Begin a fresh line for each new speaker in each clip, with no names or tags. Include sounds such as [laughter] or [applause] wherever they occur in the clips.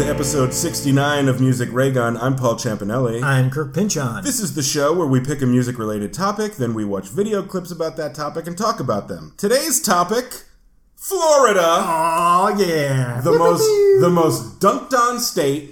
episode 69 of Music Raygun. I'm Paul Champanelli.
I'm Kirk Pinchon.
This is the show where we pick a music related topic, then we watch video clips about that topic and talk about them. Today's topic Florida,
oh yeah,
the most the most dunked on state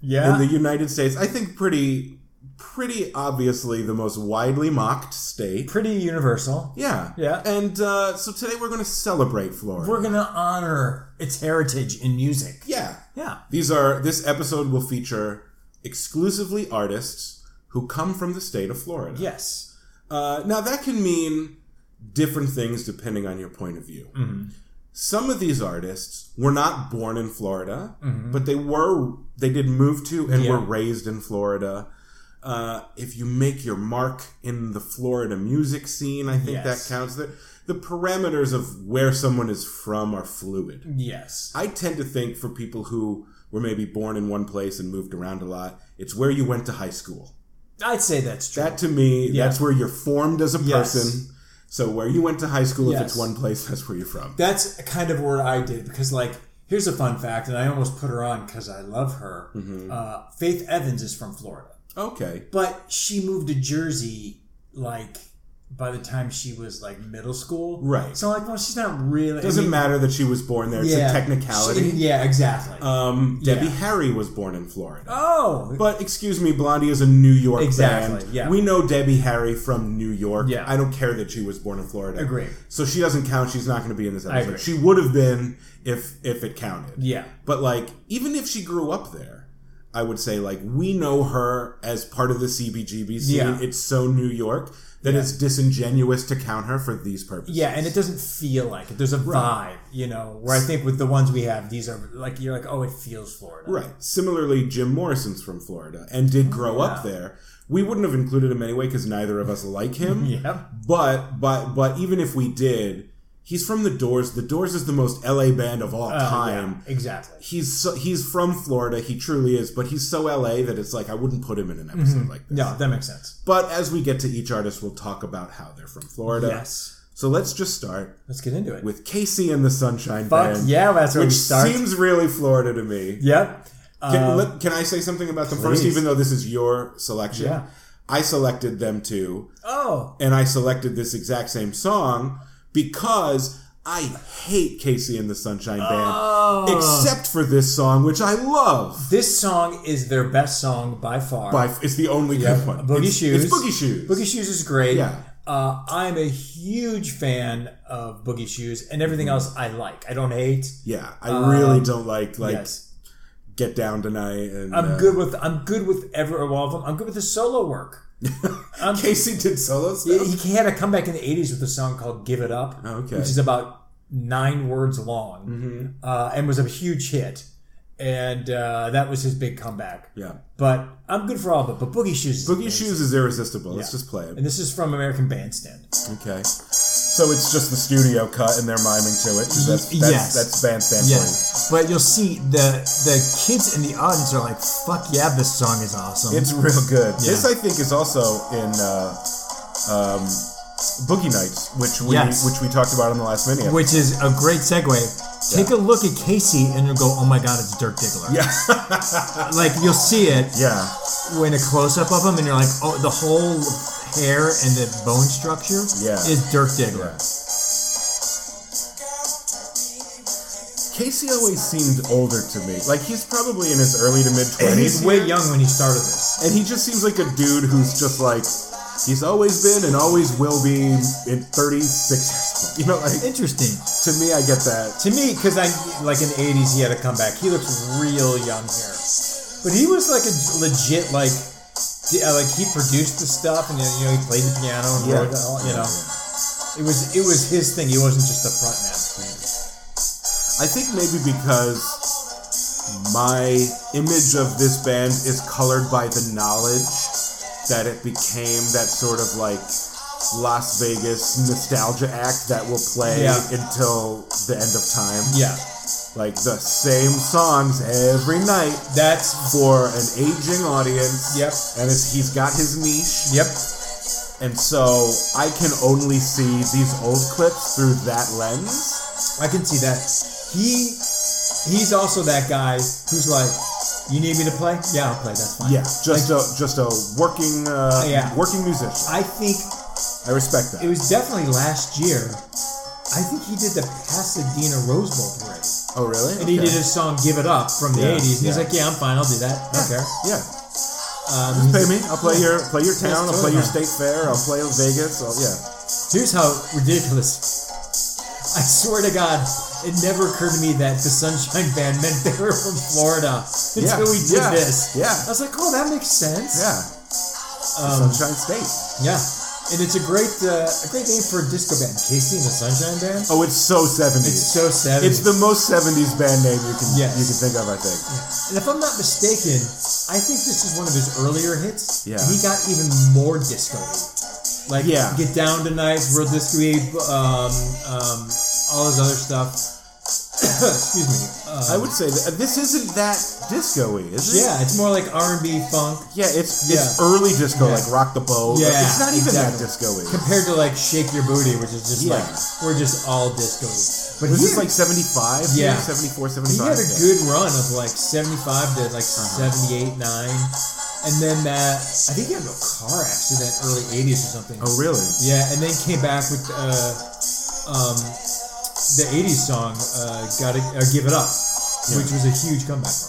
yeah.
in the United States. I think pretty pretty obviously the most widely mocked state.
pretty universal.
Yeah.
Yeah.
And uh, so today we're going to celebrate Florida.
We're gonna honor its heritage in music.
yeah.
Yeah,
These are this episode will feature exclusively artists who come from the state of Florida.
yes,
Uh, now that can mean different things depending on your point of view.
Mm-hmm.
Some of these artists were not born in Florida, but they were they did move to and were
Mm-hmm. Yeah.
raised in Florida. Uh, if you make your mark in the Florida music scene, I think
Yes.
that counts. The, the parameters of where someone is from are fluid.
yes,
I tend to think for people who were maybe born in one place and moved around a lot, it's where you went to high school.
I'd say that's true.
That to me,
Yeah.
that's where you're formed as a
Yes.
person. So where you went to high school, if it's
Yes.
one place, that's where you're from.
that's kind of where I did because, like, here's a fun fact, and I almost put her on because I love her.
Mm-hmm.
Uh, Faith Evans is from Florida,
Okay.
but she moved to Jersey like by the time she was like middle school,
Right.
So like, well, she's not really I
Doesn't
mean,
matter that she was born there. It's a technicality.
She- yeah, exactly.
um, Debbie
Yeah.
Harry was born in Florida.
oh,
But excuse me, Blondie is a New York
Exactly,
band.
yeah.
We know Debbie Harry from New York.
Yeah.
I don't care that she was born in Florida.
Agree.
So she doesn't count. She's not going to be in this episode.
agree.
She would have been if if it counted.
yeah,
But like, even if she grew up there, I would say like we know her as part of the CBGB scene.
Yeah.
It's so New York that it's disingenuous to count her for these purposes.
yeah, and it doesn't feel like it. There's a vibe, you know, where I think with the ones we have, these are like you're like, oh, it feels Florida,
Right. Similarly, Jim Morrison's from Florida and did grow
Oh,
up there. We wouldn't have included him anyway because neither of us like him.
Yeah,
But but but even if we did, he's from the Doors. The Doors is the most LA band of all
Oh,
time.
Uh, exactly.
He's so, he's from Florida. He truly is, but he's so LA that it's like I wouldn't put him in an episode like this.
Mm-hmm. No, that makes sense.
But as we get to each artist, we'll talk about how they're from Florida.
Yes,
So let's just start
let's get into it.
with Casey and the Sunshine
Fuck
Band.
yeah, that's where
Which
we start.
seems really Florida to me.
yep.
Can,
Uh,
let- can I say something about them first,
please.
even though this is your selection?
Yeah.
I selected them too,
oh,
and I selected this exact same song because I hate Casey and the Sunshine Band,
Uh.
except for this song, which I love.
oh. this song is their best song by far.
By, it's the only good one.
Boogie
it's,
Shoes.
It's Boogie Shoes.
Boogie Shoes is great.
Yeah.
Uh, I'm a huge fan of Boogie Shoes and everything
Mm-hmm.
else I like. I don't hate.
Yeah, I
Um,
really don't like like
yes.
Get Down Tonight. And
I'm
uh, [laughs]
good with I'm good with every or all of them. I'm good with his solo work.
Casey did solo stuff.
He, he had a comeback in the '80s with a song called "Give It Up,"
Oh,
Okay.
which is about nine words long,
Mm-hmm.
uh, and was a huge hit. And uh, that was his big comeback.
Yeah.
But I'm good for all of it. But Boogie Shoes, is
Boogie
amazing.
Shoes is irresistible. Let's
Yeah.
just play it.
and this is from American Bandstand.
Okay. So it's just the studio cut and they're miming to it. 'cause That's, that's,
Yes.
that's bandstand
but you'll see the the kids in the audience are like, "Fuck yeah, this song is awesome."
playing. It's real good. This, I think, is also in uh, um, Boogie Nights, which we
Yes.
which we talked about on the last mini.
which is a great segue. Take a look at Casey and you'll go, oh my god, it's Dirk Diggler.
[laughs] [laughs] Yeah.
Like you'll see it
yeah.
when a close up of him and you're like, oh, the whole hair and the bone structure
Yeah.
is Dirk Diggler.
Casey always seemed older to me. Like, he's probably in his early to mid 20s.
and he's way young when he started this.
And he just seems like a dude who's just like he's always been and always will be in 36. You know, like
Interesting.
to me, I get that.
To me, because I like in the '80s, he had a comeback. He looks real young here, but he was like a legit like, yeah, like he produced the stuff and you know he played the piano and
Yeah.
wrote it all. You know, it was it was his thing. He wasn't just a front man.
I think maybe because my image of this band is colored by the knowledge that it became that sort of like Las Vegas nostalgia act that will play
Yeah.
until the end of time.
Yeah,
Like the same songs every night.
that's
for an aging audience.
Yep.
And it's, he's got his niche.
yep.
And so I can only see these old clips through that lens.
I can see that. He he's also that guy who's like, You need me to play? Yeah, I'll play. That's fine.
Yeah, just a just a working uh,
Yeah.
working musician.
I think
I respect that.
it was definitely last year. I think he did the Pasadena Rose Bowl parade,
oh really?
and he
Okay.
did his song "Give It Up" from the
Yeah,
'80s. And he's
yeah.
like, "Yeah, I'm fine. I'll do that. I don't care."
Yeah.
Um,
Pay me. I'll play your play your town. I'll play your
totally.
state fair. I'll play Vegas. I'll, yeah.
Here's how ridiculous. I swear to God, it never occurred to me that the Sunshine Band meant they were from Florida until
Yeah,
we did
yeah,
this.
yeah.
I was like, oh, that makes sense.
Yeah.
Um,
Sunshine State.
yeah. And it's a great, uh, a great name for a disco band. Casey and the Sunshine Band.
Oh, it's so 70s.
It's so sad.
It's the most 70s band name you can
Yes.
you can think of, I think.
and if I'm not mistaken, I think this is one of his earlier hits.
Yeah.
He got even more disco Like,
Yeah.
Get Down Tonight, Real disco um, um, all his other stuff. [coughs] Excuse me. Uh,
I would say that this isn't that disco-y, is it?
yeah, it's more like R&B funk
Yeah, it's it's
Yeah.
early disco,
Yeah.
like Rock the Boat.
Yeah,
it's not even that
exactly.
disco-y.
compared to like Shake Your Booty, which is just like,
Yeah.
we're just all disco. But
Was
he,
this like 75?
Yeah.
74,
he
75?
had a good run of like 75 to like
Uh-huh.
78, 9. And then that, I think he had a car accident early 80s or something.
Oh, really?
Yeah, and then came back with uh, um, the '80s song uh, "Gotta uh, Give It Up," which was a huge comeback. for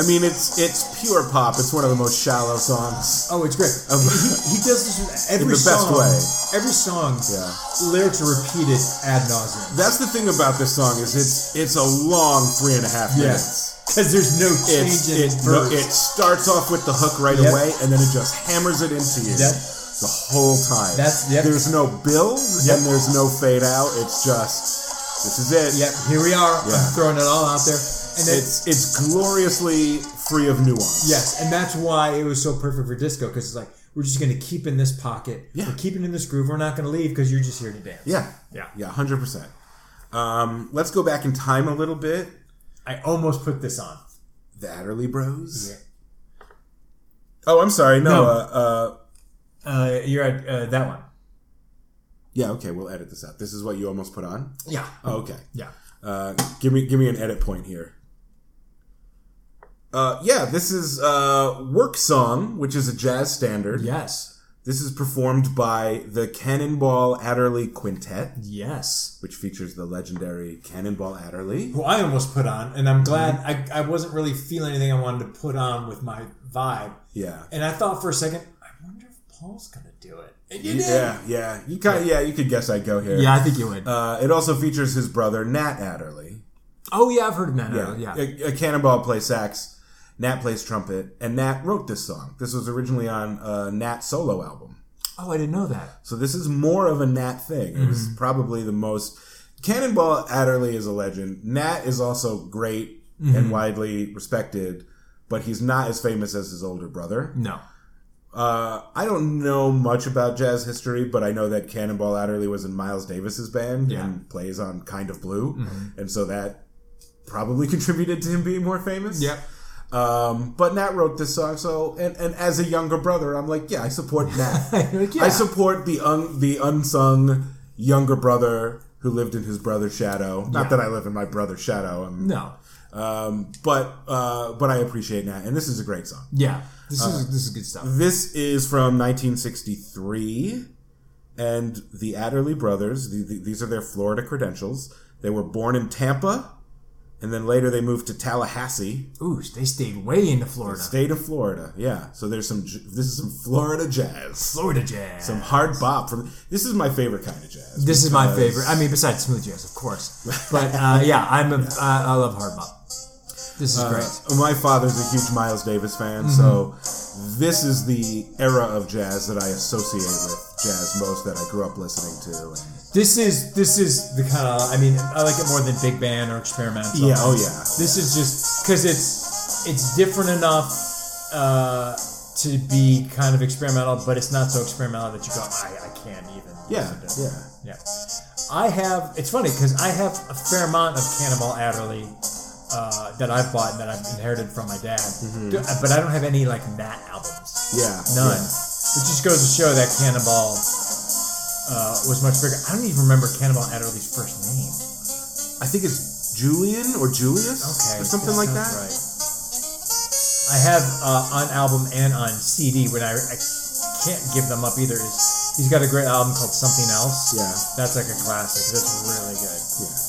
him.
I mean, it's it's pure pop. It's one of the most shallow songs.
Oh, it's great.
Um,
he, he does this
[laughs]
with every
the best
song.
way.
Every song,
Yeah.
lyrics are repeated ad nauseum
That's the thing about this song is it's it's a long three and a half
Yeah.
minutes.
because there's no change
It's,
in
it,
the
no,
verse.
it starts off with the hook right
Yep.
away, and then it just hammers it into you
Yep.
the whole time.
That's- yep.
There's no build,
Yep.
and there's no fade out. It's just this is it.
Yep, here we are.
Yeah.
I'm throwing it all out there, and then,
It's it's gloriously free of nuance.
yes, and that's why it was so perfect for disco because it's like we're just gonna keep in this pocket.
Yeah.
We're keeping in this groove. We're not gonna leave because you're just here to dance.
Yeah.
Yeah.
Yeah. Hundred percent. Um, let's go back in time a little bit.
I almost put this on.
The Adderley Bros.
Yeah.
Oh, I'm sorry. No.
No.
Uh, uh,
Uh, you're at uh, that one.
yeah. Okay. We'll edit this out. This is what you almost put on.
Yeah.
Oh, okay.
Yeah.
Uh, give me give me an edit point here. Uh, yeah, this is uh, work song, which is a jazz standard.
Yes.
This is performed by the Cannonball Adderley Quintet,
Yes.
which features the legendary Cannonball Adderley.
who I almost put on, and I'm glad
Mm-hmm.
I, I wasn't really feeling anything I wanted to put on with my vibe.
Yeah,
And I thought for a second, I wonder if Paul's gonna do it. And you did.
yeah, yeah. You kind yeah, you could guess I go here.
Yeah, I think you would.
Uh, it also features his brother Nat Adderley.
oh yeah, I've heard of that. Yeah. yeah.
A, a Cannonball plays sax, Nat plays trumpet, and Nat wrote this song. This was originally on a Nat solo album.
Oh, I didn't know that.
So this is more of a Nat thing. It
Mm-hmm.
was probably the most. Cannonball Adderley is a legend. Nat is also great
Mm-hmm.
and widely respected, but he's not as famous as his older brother.
[laughs]
No.
Uh, I don't know much about jazz history, but I know that Cannonball Adderley was in Miles Davis's band
Yeah. Mm-hmm.
and plays on Kind of Blue, and so that probably [laughs] contributed to him being more famous.
Yep.
Um, but Nat wrote this song, so and, and as a younger brother, I'm like, yeah, I support Nat.
You're like, [laughs] yeah.
I support the un, the unsung younger brother who lived in his brother's shadow. Not that I live in my brother's shadow. I'm,
no.
Um, but uh, but I appreciate Nat, and this is a great song.
Yeah. This is
Uh,
this is good stuff.
This is from 1963, and the Adderley brothers. The, the, these are their Florida credentials. They were born in Tampa, and then later they moved to Tallahassee.
Ooh, they stayed way into Florida.
State of Florida, yeah. So there's some. j- This is some Florida jazz,
Florida jazz.
some hard bop. From this is my favorite kind of jazz.
this is my
because-
favorite. I mean, besides smooth jazz, of
[laughs]
course. But uh, yeah, I'm a, I, I love hard bop. This is great.
Uh, my father's a huge Miles Davis fan, so
Mm-hmm.
this is the era of jazz that I associate with jazz most. That I grew up listening to. And
This is this is the kind of I mean I like it more than big band or experimental.
Yeah, oh, yeah.
This is just because it's it's different enough uh, to be kind of experimental, but it's not so experimental that you go I, I can't even.
yeah,
listen to this."
yeah.
Yeah. I have, it's funny because I have a fair amount of Cannibal Adderley uh, that I've bought and that I've inherited from my dad. Do- But I don't have any like Nat albums.
Yeah. Mm-hmm.
None.
yeah.
Which just goes to show that Cannibal uh, was much bigger. I don't even remember Cannibal Adderley's first name.
I think it's Julian or Julius or
Okay,
something like that.
sounds Right. I have uh, on album and on CD when I, I can't give them up either. Is he's got a great album called Something Else.
Yeah.
that's like a classic. That's really good.
Yeah.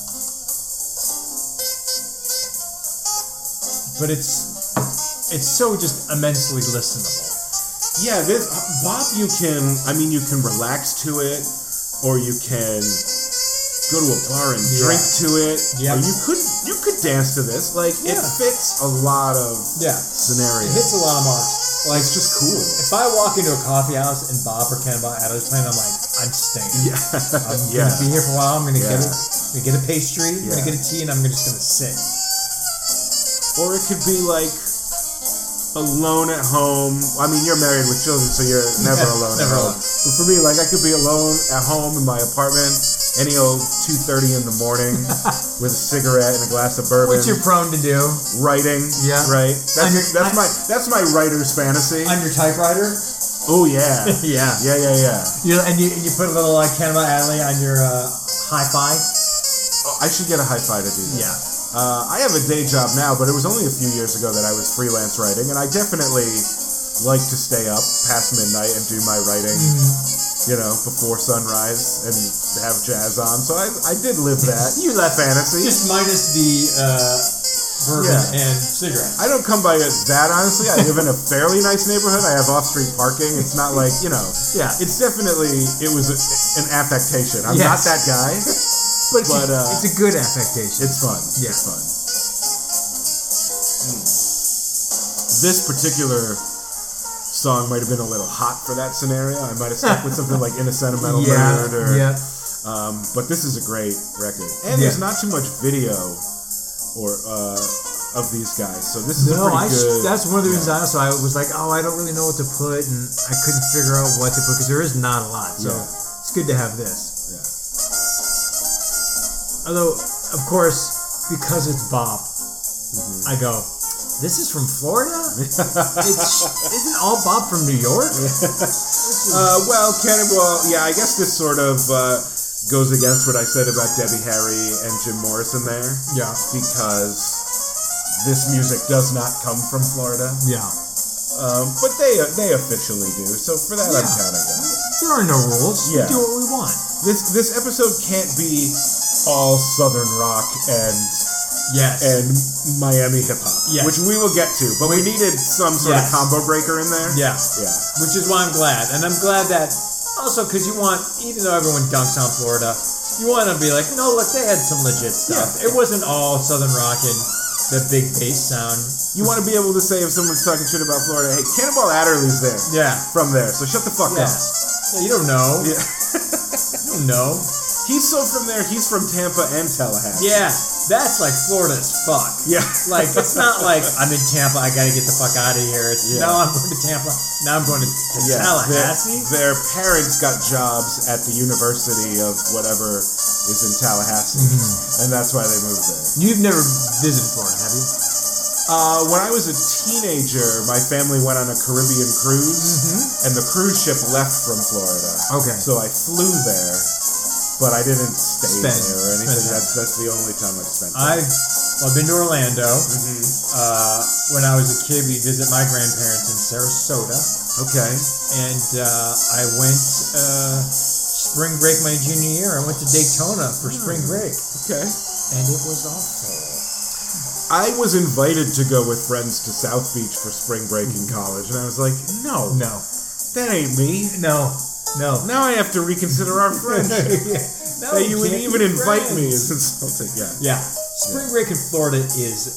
But it's it's so just immensely listenable.
Yeah, this Bop you can I mean you can relax to it or you can go to a bar and
Yeah.
drink to it.
Yeah.
Or you could you could dance to this. Like it
Yeah.
fits a lot of
Yeah, it
scenarios.
hits a lot of marks. Like
It's just cool.
if I walk into a coffee house and Bob or Ken Bob Adler's playing, I'm like, I'm staying.
[laughs] Yeah.
I'm
yeah.
gonna be here for a while. I'm gonna get
Yeah.
a, I'm gonna get a pastry. I'm
Yeah.
gonna get a tea, and I'm just gonna sit.
Or it could be like alone at home. I mean, you're married with children, so you're never
Yeah,
alone
never
at home.
alone.
But for me, like I could be alone at home in my apartment any old 2:30 in the
[laughs]
morning with a cigarette and a glass of bourbon.
Which you're prone to do
writing.
Yeah.
Right. That's
Under- I-
that's my that's my writer's fantasy.
On your typewriter.
oh yeah.
Yeah.
Yeah yeah yeah.
you and you,
You put a little uh, Cannibal Alley on your uh, hi-fi.
Oh, I should get a high five to do that.
yeah
Uh, I have a day job now, but it was only a few years ago that I was freelance writing, and I definitely like to stay up past midnight and do my writing.
Mm-hmm.
You know, before sunrise and have jazz on. So I, I did live that. You that fantasy.
Just minus the uh, bourbon
Yeah.
and cigarette.
I don't come by it that honestly. I live in a fairly nice neighborhood. I have off-street parking. It's not like you know.
Yeah.
It's definitely it was a, an affectation. I'm not
Yes.
that guy,
but, it's,
But,
a,
uh,
it's a good affectation
it's fun.
Yeah.
It's fun. This particular song might have been a little hot for that scenario. I might have stuck with something like "In a Sentimental
[laughs] yeah
Mood" or
yeah
Um, but this is a great record, and there's
Yeah.
not too much video or uh, of these guys. So this is a
No,
pretty
I, s-
good.
that's one of the
yeah.
reasons I also I was like, oh, I don't really know what to put, and I couldn't figure out what to put because there is not a lot. So
Yeah.
it's good to have this.
Yeah.
Although, of course, because it's Bob,
Mm-hmm.
I go, this is from
[laughs]
Florida. it's, isn't all Bob from New York?
Uh, well, Cannonball, yeah, I guess this sort of uh, goes against what I said about Debbie Harry and Jim Morrison there,
Yeah,
because this music does not come from Florida,
yeah.
um, but they they officially do. So for that,
Yeah.
I'm counting them.
There are no rules. We
Yeah.
do what we want.
This this episode can't be all Southern rock and
Yes.
and Miami hip hop,
Yes.
which we will get to, but we needed some sort
Yes.
of combo breaker in there.
yeah.
yeah,
Which is why I'm glad, and I'm glad that also because you want, even though everyone dunks on Florida, you want to be like, no, look, they had some legit stuff.
Yeah.
It wasn't all Southern rock and the big bass sound.
you want to be able to say if someone's talking shit about Florida, hey, Cannonball Adderley's there.
Yeah.
from there. So shut the fuck
Yeah.
up.
Yeah, you don't know.
Yeah.
[laughs] You don't know.
He's so from there. He's from Tampa and Tallahassee.
Yeah, that's like Florida as fuck.
Yeah.
Like it's not like I'm in Tampa. I gotta get the fuck out of here. It's
Yeah.
now I'm going to Tampa. Now I'm going to, to
Yeah,
Tallahassee.
Their, their parents got jobs at the University of whatever is in Tallahassee,
Mm-hmm.
and that's why they moved there.
You've never visited Florida, have you?
Uh, when I was a teenager, my family went on a Caribbean cruise, and the cruise ship left from Florida.
Mm-hmm. Okay.
So I flew there, but I didn't stay
Spend-
there
spend
or anything.
time.
That's that's the only time I've spent. time.
I've well, I've been to Orlando. Uh, when I was a kid, we visit my grandparents in Sarasota,
okay.
and uh, I went uh, spring break my junior year. I went to Daytona for spring break,
Okay.
and it was awful.
I was invited to go with friends to South Beach for spring break in college, and I was like, no,
Mm-hmm. No,
that ain't me.
no, no.
Now I have to reconsider
[laughs]
our
[laughs]
friendship.
No,
that you would
can't
even
be
invite me [laughs]
friends.
is insulting. Yeah,
Yeah, spring break in Florida is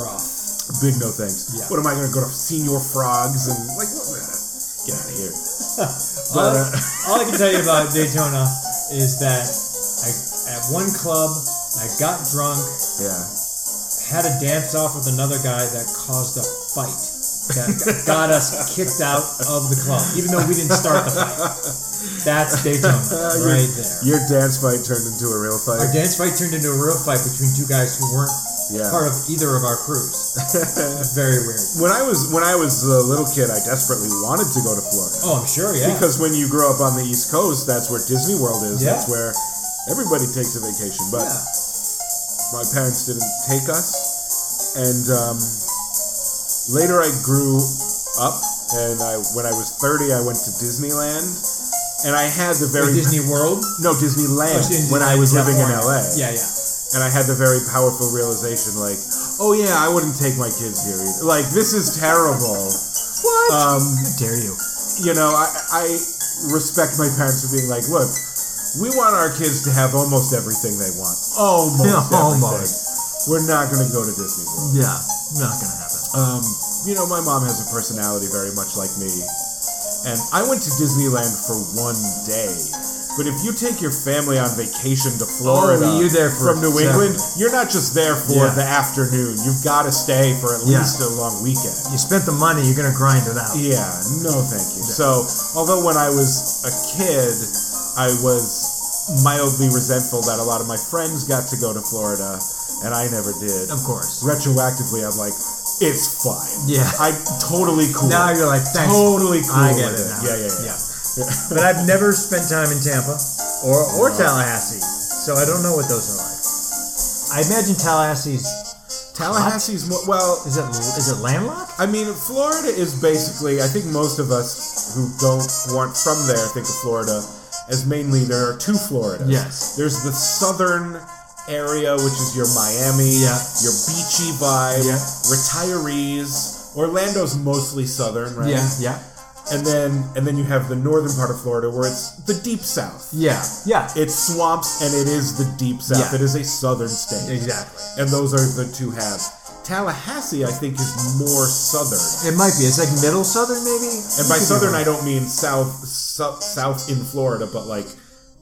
rough.
big no thanks.
Yeah.
What am I going to go to Senior Frogs and like? What, get out of here.
All,
But, uh,
all I can tell you
[laughs]
about Daytona is that I at one club I got drunk,
yeah,
had a dance off with another guy that caused a fight that got us kicked out of the club, even though we didn't start the fight. That's
[laughs]
Daytona right there.
your dance fight turned into a real
Our
fight.
dance fight turned into a real fight between two guys who weren't
Yeah.
part of either of our crews. Very weird.
[laughs] When I was when I was a little kid, I desperately wanted to go to Florida
Oh, I'm sure, yeah.
because when you grow up on the East Coast, that's where Disney World is.
Yeah.
That's where everybody takes a vacation. But
yeah.
my parents didn't take us, and um, later I grew up, and I when I was 30, I went to Disneyland, and I had the very
Wait, Disney World.
no Oh, Disneyland
Disney-
when I was living in
California.
LA,
Yeah, yeah.
and I had the very powerful realization like, oh yeah, I wouldn't take my kids here either. Like this is terrible.
What?
Um,
How dare you?
you know, I, I respect my parents for being like, look, we want our kids to have almost everything they want. Almost
Yeah,
[laughs] everything.
almost.
We're not going to go to Disney World.
Yeah, not gonna happen.
Um, you know, my mom has a personality very much like me. And I went to Disneyland for one day. But if you take your family on vacation to Florida
Oh, you're there for
from New
seven.
England, you're not just there for
Yeah.
the afternoon. You've got to stay for at
Yeah.
least a long weekend.
You spent the money, you're gonna grind it out.
Yeah, no, thank you. So, although when I was a kid, I was mildly resentful that a lot of my friends got to go to Florida and I never did.
Of course.
Retroactively, I'm like, it's fine.
Yeah.
I'm totally cool.
Now you're like, thanks.
totally cool.
I get
with
it. now.
Yeah, yeah, yeah.
[laughs] but I've never spent time in Tampa or or Tallahassee, so I don't know what those are like. I imagine Tallahassee's
Tallahassee's more, well,
is it is it landlocked?
I mean, Florida is basically, I think most of us who don't want from there think of Florida as mainly there are two Floridas.
Yes.
There's the southern area, which is your Miami,
Yeah.
your beachy vibe,
Yeah.
retirees. Orlando's mostly southern, right?
yeah,
And then and then you have the northern part of Florida where it's the deep south.
yeah, yeah.
It's swamps and it is the deep south.
Yeah.
It is a southern state.
Exactly.
And those are the two halves. Tallahassee, I think, is more southern.
It might be. It's like middle southern, maybe.
And by
Could be
southern,
wrong.
I don't mean south, south, south in Florida, but like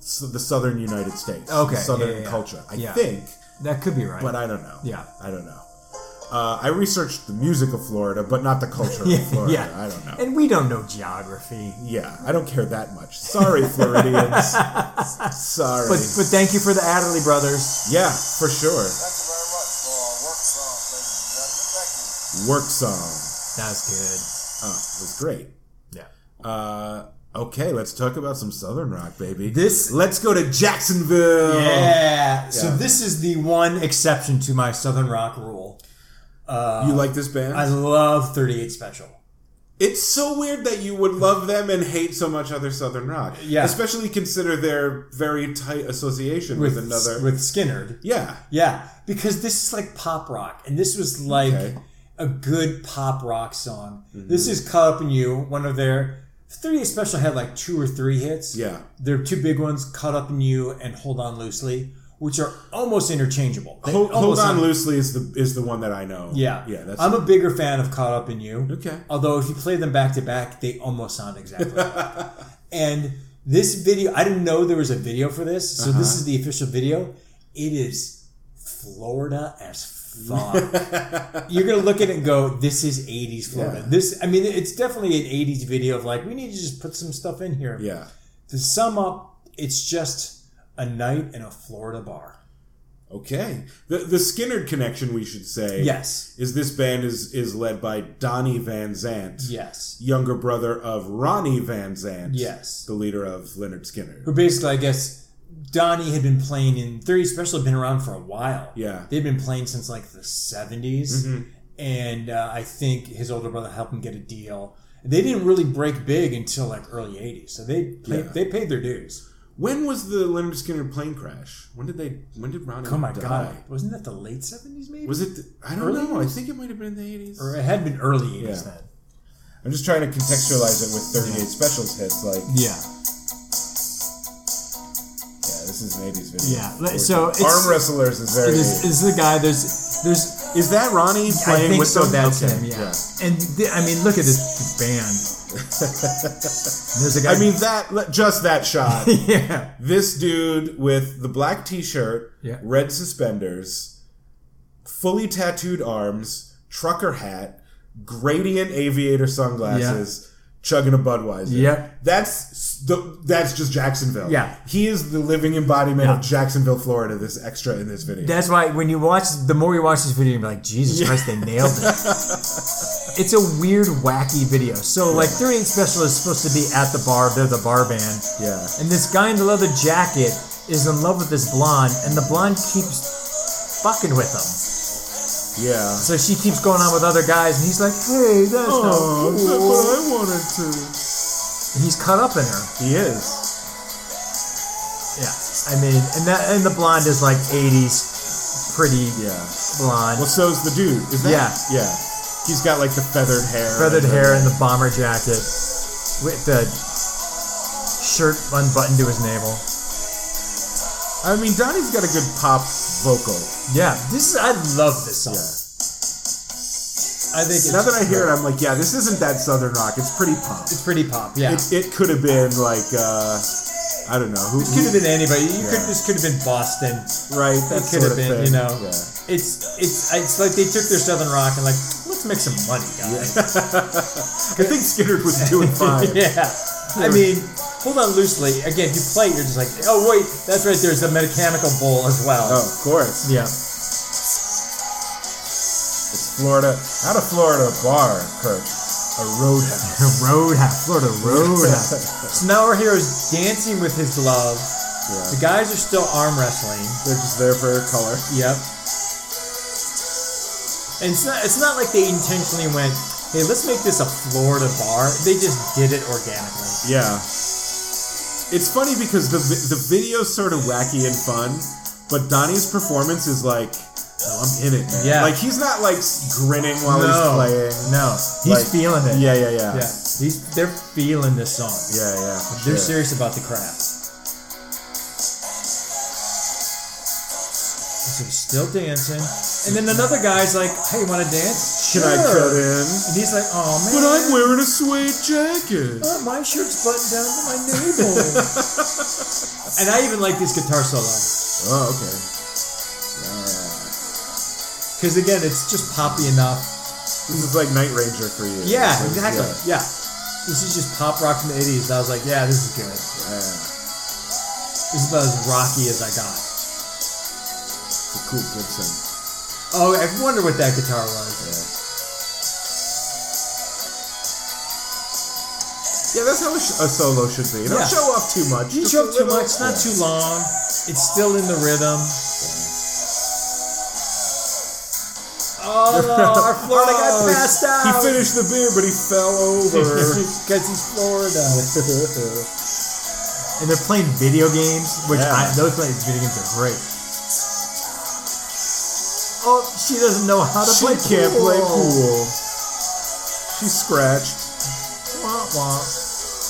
s the southern United States.
Okay,
the southern
yeah, yeah, yeah.
culture. I
Yeah.
think,
that could be right.
but I don't know.
Yeah.
I don't know. Uh, I researched the music of Florida, but not the
[laughs]
culture of Florida.
[laughs] yeah,
I don't know.
And we don't know geography,
yeah, I don't care that much. Sorry,
[laughs]
Floridians. Sorry.
but but thank you for the Adderley brothers.
yeah, for sure.
Thank you very much for our work song, ladies
Work song.
and gentlemen. Thank you.
That's
Oh, it was great.
good. Yeah.
Uh, okay, let's talk about some southern rock, baby.
This-
Let's go to Jacksonville.
Yeah. So
Yeah.
this is the one exception to my Southern Rock rule.
You like this band?
I love 38 Special.
It's so weird that you would love them and hate so much other Southern rock.
Yeah.
Especially consider their very tight association with, another.
with Skinnerd.
yeah.
Yeah, because this is like pop rock, and this was like
Okay. Mm-hmm.
a good pop rock song. This is "Caught Up in You," one of their 38 Special had like two or three hits.
Yeah.
their two big ones, "Caught Up in You" and "Hold On Loosely," which are almost interchangeable. They
Hold, hold
almost
on loosely is the is the one that I know.
Yeah,
Yeah. That's
I'm a bigger fan of "Caught Up in You." [laughs]
okay.
Although if you play them back to back, they almost sound
[laughs]
exactly like And this video, I didn't know there was a video for this, so
Uh-huh.
this is the official video. It is Florida
[laughs]
as fuck. You're gonna look at it and go, "This is '80s Florida."
Yeah.
This, I mean, it's definitely an '80s video of like, we need to just put some stuff in here.
[laughs] Yeah.
To sum up, it's just a night in a Florida bar.
Okay. The the Skinner connection we should say
Yes,
is this band is is led by Donnie Van Zant,
yes,
younger brother of Ronnie Van Zant,
yes.
the leader of Leonard Skinner.
who basically, I guess, Donnie had been playing in 30 Special had been around for a while.
Yeah.
They've been playing since like the 70s.
Mm-hmm.
And uh, I think his older brother helped him get a deal. They didn't really break big until like early 80s. So they played,
Yeah.
they paid their dues.
When was the Leonard Skinner plane crash? When did they? When did Ronnie?
Oh my
die?
God. Wasn't that the late 70s maybe?
Was it? th- I don't
Early
know. I
80s?
think it might have been the eighties.
or it had been early 80s
Yeah.
then.
I'm just trying to contextualize it with 38 specials hits. Like, yeah,
Yeah.
this is an 80s video.
Yeah, like, so it's-
arm wrestlers is very. is,
the guy, there's, there's
that Ronnie playing
I think
with
so.
those-
That's
okay,
him. Yeah. And th- I mean, look at this band.
[laughs]
[laughs] There's a guy.
I mean that le- just that shot.
[laughs] yeah.
this dude with the black T-shirt,
Yeah.
red suspenders, fully tattooed arms, trucker hat, gradient aviator sunglasses. Chugging a Budweiser.
Yep.
that's s- the, that's just Jacksonville.
Yeah.
he is the living embodiment
Yeah.
of Jacksonville, Florida. This extra in this video.
That's why when you watch, the more you watch this video, you're like, Jesus Christ, they nailed it. it's a weird, wacky video. So, like, 38 Special is supposed to be at the bar. They're the bar band.
Yeah.
And this guy in the leather jacket is in love with this blonde, and the blonde keeps fucking with him.
Yeah.
So she keeps going on with other guys, and he's like, "Hey, that's
Oh,
not cool."
that's what I wanted to.
And he's caught up in her.
He is.
Yeah, I mean, and that and the blonde is like '80s, pretty
Yeah.
blonde,
Well, so's the dude. Is that? Yeah. Yeah. He's got like the feathered hair.
feathered hair, and the bomber jacket with the shirt unbuttoned to his navel.
I mean, Donnie's got a good pop vocal.
Yeah, this is I love this song.
Yeah.
I think it's,
Now that I hear it, I'm like, yeah, this isn't that southern rock. It's pretty pop.
it's pretty pop. Yeah,
It, it could have been like, uh, I don't know, who,
could have been anybody. You
Yeah.
could this could have been Boston.
who- right? That
It
sort
could have
of
been,
thing.
you know.
Yeah. [laughs]
It's it's it's like they took their southern rock and like let's make some money, guys. [laughs]
I think Skinner was [laughs] doing fine.
yeah. I mean, hold on loosely. Again, you play, it, you're just like, oh wait, that's right. There's a mechanical bull as well.
Oh, of course.
Yeah.
It's Florida. Not a Florida bar, Kurt. A [laughs] roadhouse. [laughs]
Roadhouse, Florida Roadhouse. so now our hero's dancing with his glove.
Yeah.
The guys are still arm wrestling.
They're just there for color.
Yep. And it's not, it's not like they intentionally went, hey, let's make this a Florida bar. They just did it organically.
Yeah. It's funny because the vi- the video's sort of wacky and fun, but Donnie's performance is like, oh, I'm in it. Man.
Yeah.
Like he's not like grinning while
No.
he's playing.
No, he's
Like,
feeling it.
Yeah, yeah, yeah.
Yeah. He's, they're feeling this song.
Yeah, yeah. for
They're
sure.
serious about the craft. So he's still dancing. And then another guy's like, hey, you want to dance?
Can I
Sure."
cut in?
And he's like, oh, man.
But I'm wearing a suede jacket.
Oh, my shirt's buttoned down to my navel. [laughs] and I even like this guitar solo.
Oh, okay.
Because again, it's just poppy enough.
This is like Night Ranger for you.
Yeah,
This is-
exactly. Yeah. This is just pop rock from the 80s. I was like, yeah, this is good. This
Yeah, yeah. It's
is about as rocky as I got.
a cool Gibson.
Oh, I wonder what that guitar was.
Yeah, that's how a, sh- a solo should be. Don't
Yeah.
show off too much.
You
Just a
choke too
little-
much, not
Yeah.
too long. It's still in the
[laughs]
rhythm. Oh, our
Oh,
Florida got passed out. [laughs]
He finished the beer, but he fell [laughs] over.
because he's Florida.
yeah,
And they're playing video games, which
Yeah.
I, those play, video games are great. Oh, she doesn't know how to
she
play
can't
pool.
play pool. She's scratched.
Wah, wah.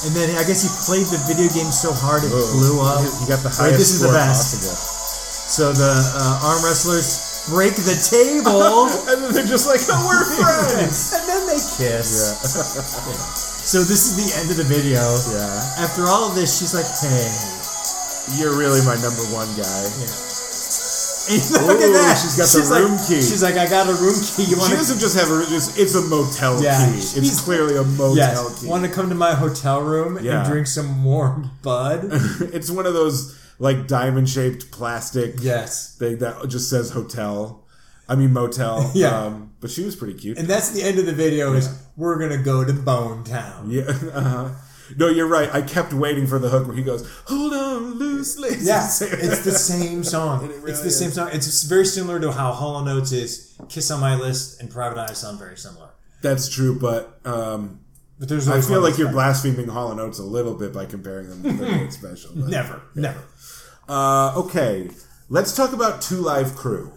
And then I guess he played the video game so hard it
Whoa.
blew up.
He got the highest
Wait, this is
score
the best.
possible.
So the uh, arm wrestlers break the table.
[laughs] And then they're just like, oh, we're
[laughs]
friends.
and then they kiss. So this is the end of the video.
yeah.
After all of this, she's like, hey.
You're really my number one guy.
[laughs] And look at
Ooh,
that.
she's got the
like-
room key.
She's like, I got a room key. You want
She
to
doesn't just have a. Just, it's a motel
Yeah,
key. It's
she's-
clearly a motel
Yes.
key.
Want to come to my hotel room
Yeah.
and drink some warm
[laughs]
bud?
[laughs] it's one of those like diamond shaped plastic
yes.
thing that just says hotel. I mean motel.
[laughs] Yeah.
Um, but she was pretty cute.
And that's the end of the video. Is we're gonna go to Bone Town.
Yeah. [laughs] Uh-huh. No, you're right. I kept waiting for the hook where he goes, "Hold on loosely."
Yeah, it's the same song. it's the same song. It's very similar to how Hollow Notes is "Kiss on My List" and "Private Eye" sound very similar.
[laughs] That's true, but um,
But there's
I
always
feel
one
like
that's
you're
better.
blaspheming Hall and Oates a little bit by comparing them to
[laughs]
the special. but-
never, never.
Uh, okay, let's talk about Two Live Crew.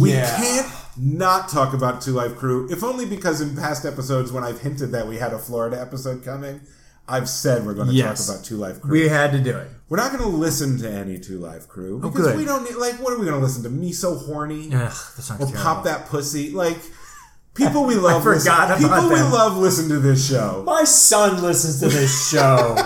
We
yeah.
can't not talk about Two Live Crew, if only because in past episodes when I've hinted that we had a Florida episode coming, I've said we're going to
Yes.
talk about Two Live Crew.
We had to do it.
We're not going to listen to any Two Live Crew because
Oh, good.
we don't need. Like, what are we going to listen to? Me so horny
Ugh, that song's
or
terrible.
pop that pussy? Like people
[laughs]
we love. listen-
forgot about
people we
them.
love listen to this show.
My son listens to
[laughs]
this show.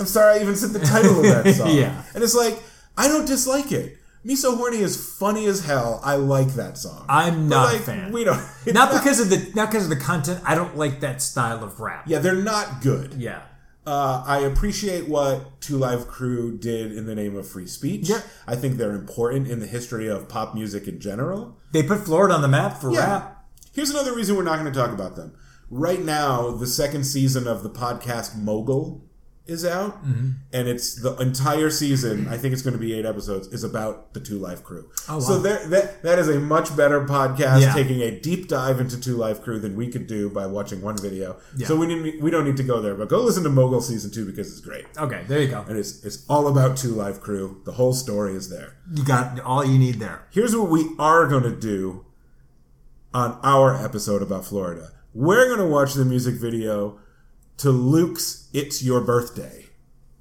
I'm sorry, I even said the title of
[laughs]
that song.
Yeah.
and it's like I don't dislike it. Me so horny is funny as hell. I like that song.
I'm
But,
not a
like,
fan.
We don't.
not because of the not because of the content. I don't like that style of rap.
Yeah, they're not good.
Yeah.
Uh, I appreciate what Two Live Crew did in the name of free speech.
Yeah.
I think they're important in the history of pop music in general.
They put Florida on the map for
Yeah.
rap.
Here's another reason we're not going to talk about them. Right now, the second season of the podcast Mogul is out,
Mm-hmm.
and it's the entire season. I think it's going to be eight episodes. Is about the Two Life Crew.
Oh, wow.
So there, that that is a much better podcast
Yeah.
taking a deep dive into Two Life Crew than we could do by watching one video.
Yeah.
So we didn't. We don't need to go there, but go listen to Mogul season two because it's great,
Okay, there you go.
and it's it's all about Two Life Crew. The whole story is there.
You got all you need there.
Here's what we are going to do on our episode about Florida. We're going to watch the music video to Luke's It's Your Birthday.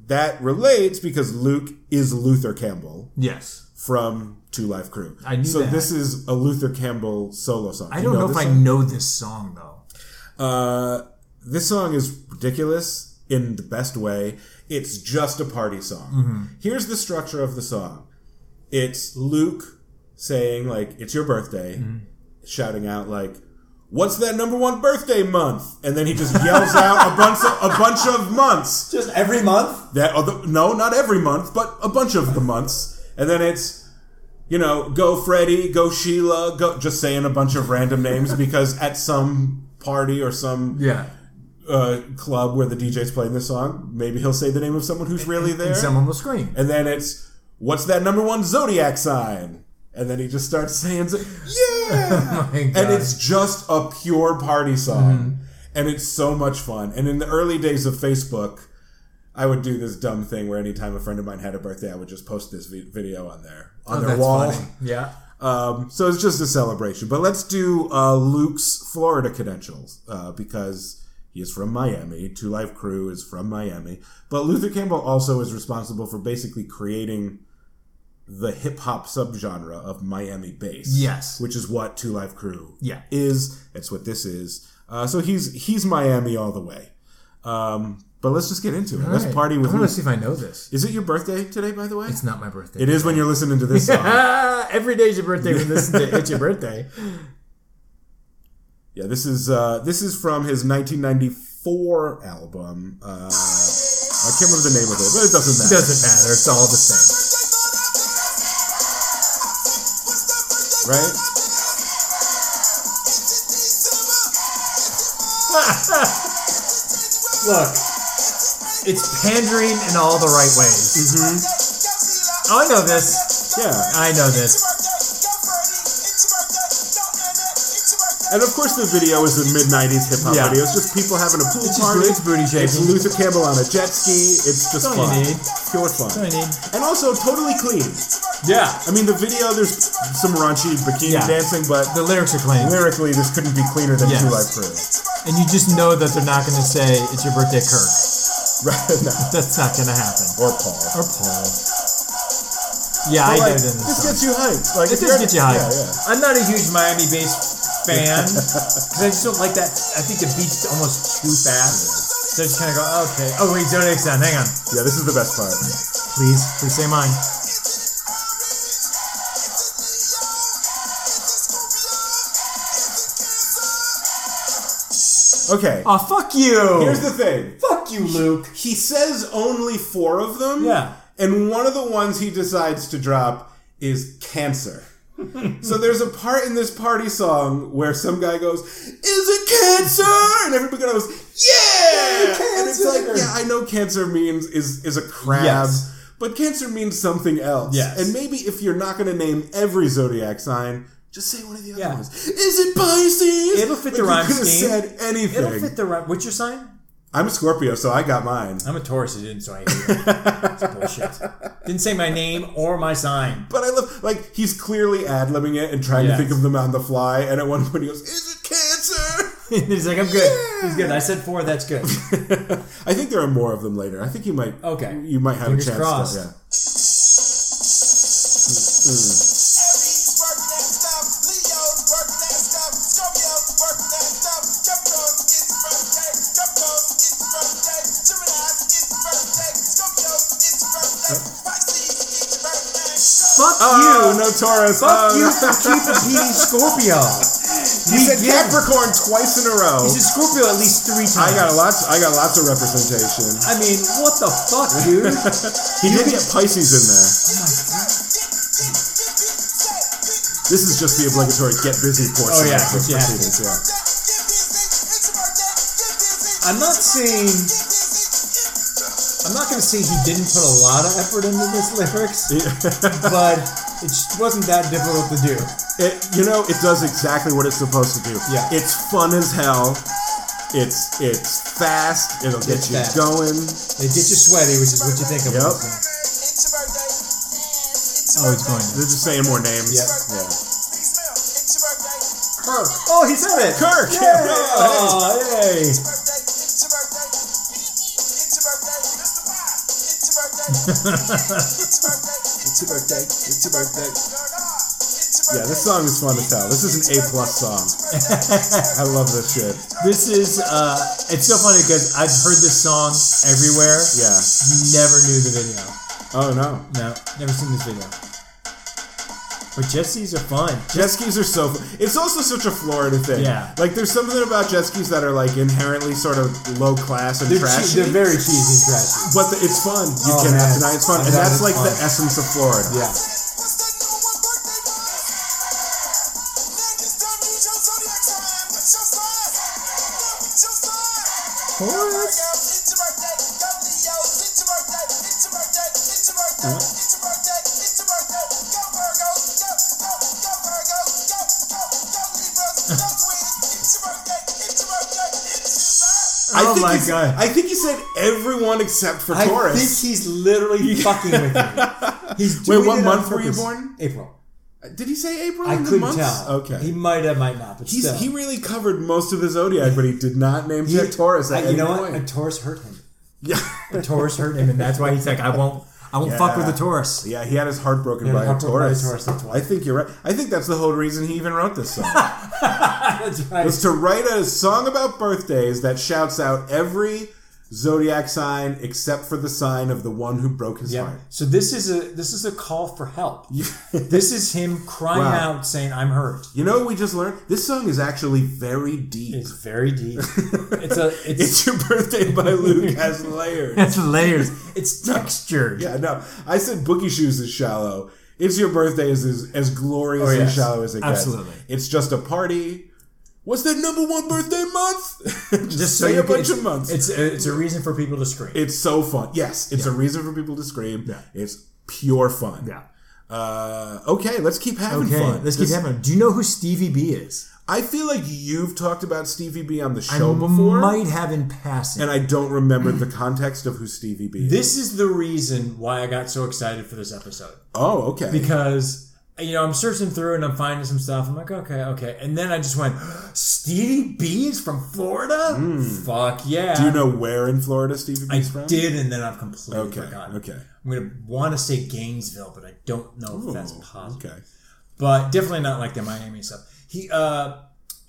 That relates because Luke is Luther Campbell
Yes.
from Two Life Crew.
I knew
so
that.
this is a Luther Campbell solo song.
I
You
don't know, if
this
I
song?
know this song though.
Uh, this song is ridiculous in the best way. It's just a party song. Here's the structure of the song. It's Luke saying like it's your birthday, shouting out like what's that number 1 birthday month? And then he just yells out a bunch of, a bunch of months.
Just every month?
That although, no, not every month, but a bunch of the months. And then it's you know, go Freddie, go Sheila, go just saying a bunch of random names because at some party or some
Yeah.
uh, club where the DJ's playing this song, maybe he'll say the name of someone who's really there.
And someone will scream.
[laughs] And then it's, what's that number one zodiac sign? And then he just starts saying, zo- yeah!
Oh my
[laughs]
God.
and it's just a pure party song. And it's so much fun. And in the early days of Facebook, I would do this dumb thing where anytime a friend of mine had a birthday, I would just post this vi- video on there, on their wall.
Oh, funny. Yeah.
Um, so it's just a celebration. But let's do uh, Luke's Florida credentials uh, because he is from Miami. Two Life Crew is from Miami. But Luther Campbell also is responsible for basically creating the hip hop subgenre of Miami bass.
Yes.
Which is what Two Life Crew
Yeah.
is. That's what this is. Uh, so he's he's Miami all the way. Um, but let's just get into it. let's
Alright.
party with
I
Luke.
want to see if I know this.
Is it your birthday today, by the way?
It's not my birthday.
It is when you're listening to
[laughs]
this song.
Every day's your birthday when this is it's your
[laughs]
birthday.
Yeah, this is uh, this is from his 1994 album. Uh, I can't remember the name of it, but it doesn't
It
matter.
doesn't matter. It's all
[laughs]
the same.
Right?
Look,
It's pandering in all the right ways.
Mm-hmm.
Oh, I know this.
Yeah,
I know this.
and of course the video is the mid 90s hip hop
Yeah.
video. It's just people having a pool
It's just
party.
booty- it's booty
It's
shaking.
Luther Campbell on a jet ski. It's just
That's all
fun,
you need.
pure
That's all
fun,
you need.
and also totally clean.
yeah.
I mean, the video there's some raunchy bikini
Yeah.
dancing, but
The lyrics are clean.
lyrically this couldn't be cleaner than
Yes.
Two Life Crew. [laughs]
And you just know that they're not going to say, it's your birthday, Kirk.
Right?
[laughs]
No.
That's not going to happen.
Or Paul.
Or Paul.
But,
Yeah, I
like,
know them.
this gets you hyped. Like
It
if you're-
does get you hyped.
Yeah, yeah.
I'm not a huge Miami bass
[laughs]
fan because I just don't like that. I think the beat's almost too fast. So I just kind of go, oh, okay. Oh, wait, Zodiac Sound. Hang on.
Yeah, this is the best part.
Please, please say mine.
Okay.
Oh, fuck you.
Here's the thing.
Fuck you, Luke.
He says only four of them.
Yeah.
And one of the ones he decides to drop is
[laughs]
cancer. so there's a part in this party song where some guy goes, "Is it cancer?" and everybody goes, "Yeah!" And it's like,
cancer.
yeah, I know cancer means is is a crab.
Yes.
But cancer means something else.
Yes.
And maybe if you're not going to name every zodiac sign, just say one of the other
Yeah.
ones. Is it Pisces?
It'll fit the
you
rhyme
could have
scheme.
said anything.
It'll fit the right. What's your sign?
I'm a Scorpio, so I got mine.
I'm a Taurus. It didn't, so I
[laughs]
hate it. It's bullshit. Didn't say my name or my
[laughs]
sign.
But I love like he's clearly ad libbing it and trying
Yes.
to think of them on the fly. And at one point he goes, "Is it cancer?" [laughs]
He's like, I'm good. He's good. I said four. That's
[laughs]
good.
I think there are more of them later. I think you might.
Okay.
You might have
Fingers
a chance.
crossed.
To, yeah. Mm, mm.
fuck
Mm-hmm.
Oh
Uh,
you.
no, Taurus!
Fuck
oh,
you
no.
for keep repeating
[laughs]
Scorpio.
He
We
said
give-
Capricorn twice in a row.
He said Scorpio at least three times.
I got lots. I got lots of representation.
I mean, what the fuck, dude?
He did get Pisces in there. This is just the obligatory get busy portion.
Oh, yeah,
of the
yeah.
proceedings, yeah.
I'm not saying
I'm not gonna say he didn't put a lot of effort into this lyrics,
[laughs]
but it just wasn't that difficult to do.
It, you know, it does exactly what it's supposed to do.
Yeah.
It's fun as hell. It's it's fast. It'll get
It's
you
fast.
going.
They get you sweaty, which is what you think of.
Yep.
when you sing.
Oh, it's going
They're just saying more names.
Yep.
Yeah.
Kirk. Oh, he said it.
Kirk.
Yay.
Yeah.
Oh, yay.
Yeah, this song is fun as hell. This is an A plus song. I love this shit.
This is, uh, it's so funny because I've heard this song everywhere.
Yeah.
Never knew the video.
Oh no.
No, never seen this video. But jet skis are fun.
Jet skis are so. It's also such a Florida thing.
Yeah.
Like there's something about jet skis that are like inherently sort of low class and
They're, che-
trashy.
they're very cheesy and trashy.
but the, it's fun. You
Oh,
can
man.
have tonight. It's fun, and
Yeah,
that's
it's
like the
fun.
essence of Florida.
Yeah.
Chorus?
I
Oh
think
my
he's-
God.
I think he said everyone except for
I
Taurus.
think he's
[laughs]
[laughs]
literally fucking with me. He's doing
Wait, what
it on
month were you
purpose.
born?
April.
Did he say April?
I
in the
couldn't
months?
tell.
Okay.
He might have, might not, but
He's,
still.
He really covered most of the zodiac, but he did not name
He-
check Taurus.
I-
At
you
any
know what? A
point.
Taurus hurt him.
[laughs] Yeah,
A Taurus hurt him.
And that's why he's like, I won't, I won't fuck with
Yeah. [laughs]
the Taurus.
yeah. He had his heart broken
Yeah,
by, a
heart broken by a
Taurus.
Taurus, that's why.
I think you're right. I think that's the whole reason he even wrote this
[laughs]
song
That's right.
was to write a song about birthdays that shouts out every zodiac sign except for the sign of the one who broke his
Yeah.
heart.
So this is a this is a call for help.
[laughs]
this is him crying
Wow.
out saying, "I'm hurt."
You know, what we just learned this song is actually very deep.
It's very
[laughs]
deep. it's a it's [laughs]
It's Your Birthday by Luke has layers.
[laughs] That's layers. It's textured.
Yeah, no. I said Boogie Shoes is shallow. It's Your Birthday is as, as glorious and
Oh, yes.
shallow as it gets.
Absolutely.
It's just a party. What's that number one birthday month? [laughs] just, say a
you can-
bunch of months. It's,
it's a, it's a reason for people to scream.
so fun. Yes, it's a reason for people to scream.
Yeah.
It's pure fun.
Yeah.
Uh, okay, let's keep having
Okay,
fun.
let's keep
This-
having. Do you know who Stevie B is?
I feel like you've talked about Stevie B on the
I
show before,
might have in passing.
and I don't remember the context of who Stevie B is.
This is the reason why I got so excited for this episode
Oh, okay.
because you know I'm searching through and I'm finding some stuff. I'm like, okay, okay, and then I just went, Stevie B is from Florida. Fuck yeah!
Hmm. Do you know where in Florida Stevie B
I
is from?
did, and then I've completely
Okay.
forgotten.
Okay.
I'm gonna want to say Gainesville, but I don't know if Oh, that's
Ooh,
possible.
Okay.
but definitely not like the Miami stuff. He, uh,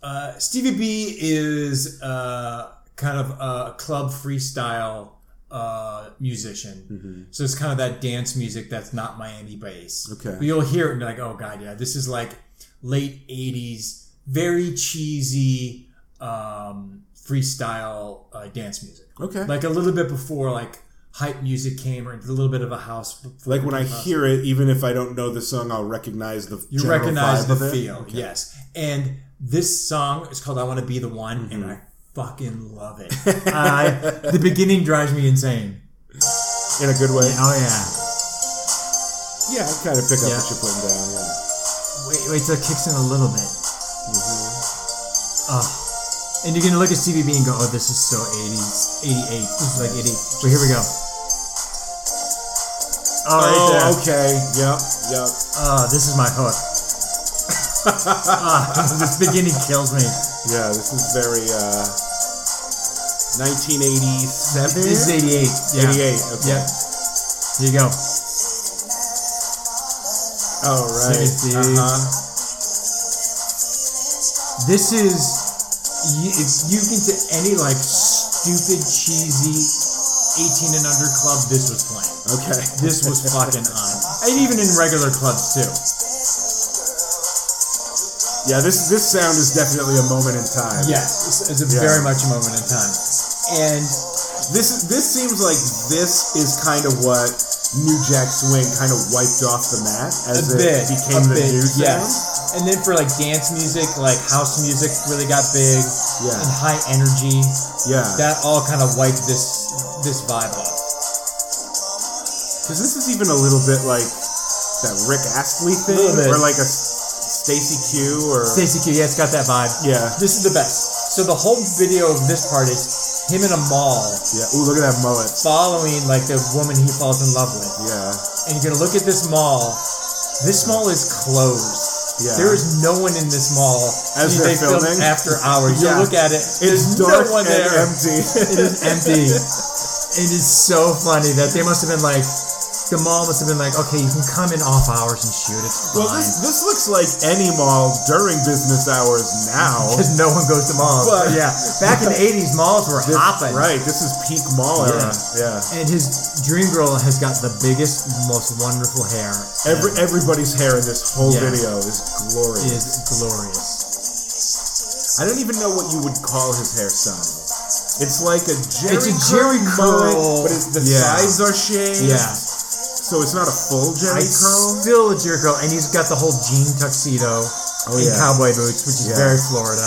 uh, Stevie B is uh, kind of a club freestyle uh, musician, so it's kind of that dance music that's not Miami based.
Okay.
but you'll hear it and be like, "Oh God, yeah, this is like late '80s, very cheesy um, freestyle uh, dance music."
Okay.
like a little bit before like hype music came, or a little bit of a house. uh,
Like when I hear it, even if I don't know the song, I'll recognize the
You
general
recognize
vibe
the
of it.
feel,
Okay.
yes. And this song is called "I Want to Be the One,"
Mm-hmm.
and I fucking love it. I,
the beginning drives me insane.
in a good way.
Oh yeah.
Yeah, I kind of pick up
Yeah.
what you're putting down. Yeah.
Wait, wait till it kicks in a little bit.
Mm-hmm.
Oh. And you're gonna look at Stevie B and go, "Oh, this is so 80s, 88. This is
Mm-hmm.
like 88." But here we go. Oh, right there.
Oh, okay. Yep. Yep.
[laughs]
[laughs]
Oh, this is my hook. [laughs] Ah, this beginning kills me.
Yeah. This is very uh, 1987.
This is 88. Yeah.
88. Okay.
Yep. Here you go.
All right.
Safety.
Uh-huh.
This is you, if you get to any like stupid cheesy 18 and under club, this was playing.
Okay.
This was
[laughs]
fucking on. And even in regular clubs too.
Yeah. This this sound is definitely a moment in time.
yes, it's, it's a
Yeah.
very much a moment in time. And
This is this seems like this is kind of what New Jack Swing kind of wiped off the mat
a
as it
bit,
became
a
the
bit,
new sound.
yes. And then for like dance music, like house music, really got big.
Yeah.
And high energy,
Yeah.
that all kind of wiped this this vibe off.
Because this is even a little bit like that Rick Astley thing,
Little bit.
or like a S- Stacy Q, or
Stacy Q, yeah, it's got that vibe.
yeah,
This is the best. So the whole video of this part is him in a mall
yeah. Ooh, look at that mullet.
following like the woman he falls in love with.
Yeah,
and you're gonna look at this mall. This mall is closed.
Yeah.
There is no one in this mall.
As
they
they're
film
filming?
after hours.
Yeah.
You look at it.
it's
there's
dark
no one
and
there.
empty.
it is empty. [laughs] it is so funny that they must have been like, the mall must have been like, okay, you can come in off hours and shoot. It's
[laughs]
fine.
well, this this looks like any mall during business hours now.
[laughs]
[laughs]
because no one goes to malls.
But- [laughs]
yeah, back in the '80s, malls were
This-
hopping.
right, this is peak mall era. Yeah,
And his dream girl has got the biggest, most wonderful hair.
every everybody's hair in this whole
Yeah.
video is glorious.
is glorious.
I don't even know what you would call his hairstyle. It's like a Jerry,
It's a Jerry
mullet,
curl.
but it's, the
Yeah.
sides are shaved.
Yeah.
So it's not a full Jerry
I
curl.
still a Jerry curl, and he's got the whole jean tuxedo and
Oh, yeah.
cowboy boots, which is
Yeah.
very Florida.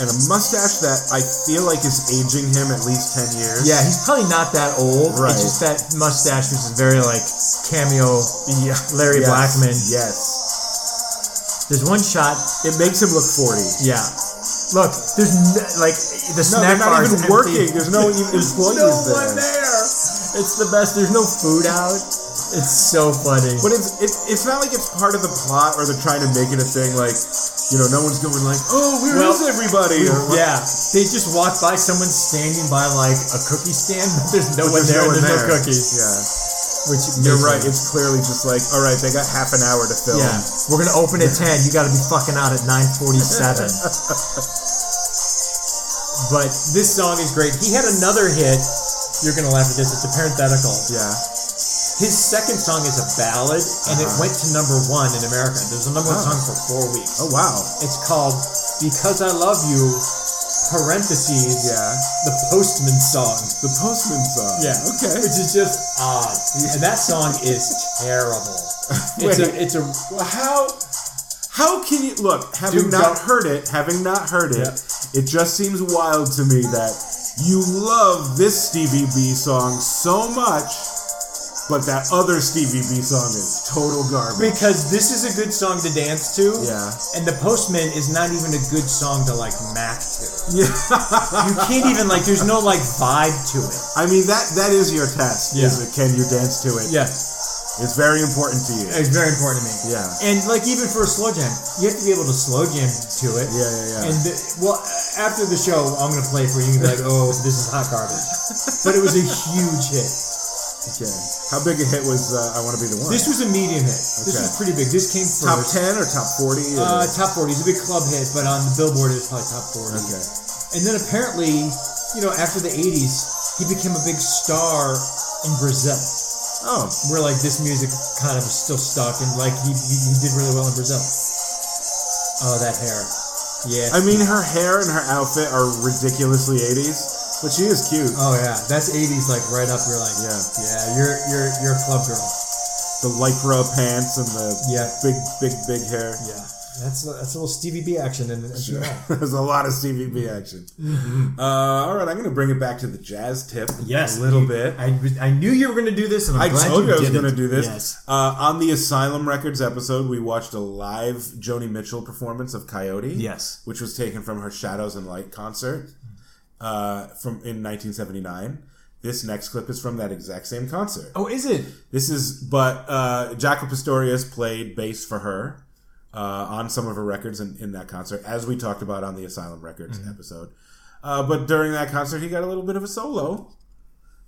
And a mustache that I feel like is aging him at least 10 years.
Yeah, he's probably not that old.
Right.
It's just that mustache, which is very like cameo.
Yeah.
Larry
Yes.
Blackman.
Yes.
There's one shot.
It makes him look 40.
Yeah, look, there's n- like the
No,
snack
they're
bar
not
is
even
empty.
working. There's
[laughs]
no even employees
no one
there.
there. It's the best. There's no food out. It's so funny.
But it's, it's it's not like it's part of the plot or they're trying to make it a thing like, you know, no one's going like, oh, where is
Well,
everybody? [laughs] Or what-
Yeah, they just walk by. Someone's standing by like a cookie stand. [laughs] But there's no
but
one
there's
there.
no one
and there's
there.
no cookies.
Yeah.
Which
You're
makes
right.
it-
It's clearly just like, all right, they got half an hour to film.
Yeah, we're gonna open at ten. You got to be fucking out at nine
[laughs]
forty-seven. but this song is great. He had another hit. You're gonna laugh at this. It's a parenthetical.
Yeah.
His second song is a ballad, and it went to number one in America. There was a number one
Uh-huh. Oh.
song for four weeks.
Oh wow.
It's called "Because I Love You." Parentheses.
Yeah.
The Postman song.
The Postman song. Okay.
Which is just odd, and that song is [laughs] terrible. It's
Wait.
a, it's a
Well, how how can you look? Having
Dude,
not
don't-
heard it, having not heard it,
Yeah.
it just seems wild to me that you love this Stevie B song so much, but that other Stevie B song is total garbage.
Because this is a good song to dance to.
Yeah.
And the Postman is not even a good song to like mac to.
Yeah.
You can't even like. There's no like vibe to it.
[laughs] I mean that that is your test. Is
Yeah.
it, can you dance to it?
Yeah,
It's very important to you.
it's very important to me.
Yeah.
And like even for a slow jam, you have to be able to slow jam to it.
Yeah, yeah, yeah.
And the, well, after the show, I'm gonna play it for you. You can be like, oh, this is hot garbage. But it was a huge [laughs] hit.
Okay. How big a hit was uh, I Want to Be the One?
This was a medium hit. This
Okay.
was pretty big. This came first.
top ten or top forty? Or...
Uh, top 40. It's a big club hit, but on the Billboard, it was probably top 40.
Okay.
And then apparently, you know, after the 80s, he became a big star in Brazil,
oh,
where like this music kind of was still stuck, and like he, he, he did really well in Brazil. Oh, that hair. Yeah.
I mean, her hair and her outfit are ridiculously '80s, but she is cute.
oh yeah, that's 80s, like right up. You're like,
Yeah.
yeah, you're you're you're a club girl.
The lycra pants and the
Yeah.
big, big, big hair.
Yeah. That's a, that's a little Stevie B action in it.
[laughs] There's a lot of Stevie B action. Uh, all right, I'm going to bring it back to the jazz tip.
Mm-hmm. Yes,
a little
you-
bit.
I, I knew you were going to do this, and I'm
I
glad
told you I was
did it.
going to do this.
Yes.
Uh, on the Asylum Records episode, we watched a live Joni Mitchell performance of Coyote.
Yes.
Which was taken from her Shadows and Light concert uh, from in 1979. This next clip is from that exact same concert.
Oh, is it?
This is, but uh, Jaco Pastorius played bass for her uh, on some of her records in, in that concert, as we talked about on the Asylum Records
Mm-hmm.
episode. Uh, but during that concert, he got a little bit of a solo.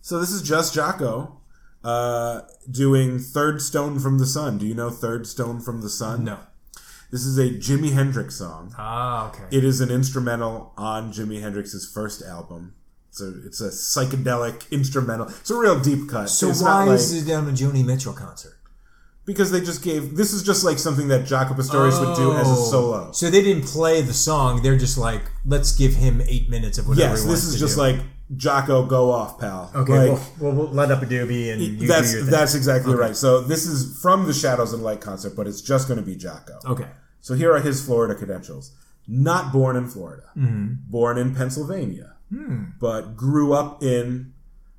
So this is just Jaco uh, doing Third Stone from the Sun. Do you know Third Stone from the Sun?
No.
This is a Jimi Hendrix song.
Ah, okay.
It is an instrumental on Jimi Hendrix's first album. So it's a psychedelic instrumental. It's a real deep cut.
So
It's not
why
like-
is it on a Joni Mitchell concert?
because they just gave this is just like something that Jaco Pastorius would do as a solo.
Oh. So they didn't play the song. They're just like, let's give him eight minutes of whatever.
Yes,
he wants
this is
to
just
do.
like Jaco, go off, pal.
okay.
like,
we'll, we'll let up a doobie and you
that's
do your thing.
that's exactly right. So this is from the Shadows and Light concert, but it's just going to be Jaco.
okay.
So here are his Florida credentials. Not born in Florida,
Mm-hmm.
born in
Hmm.
Pennsylvania, but grew up in.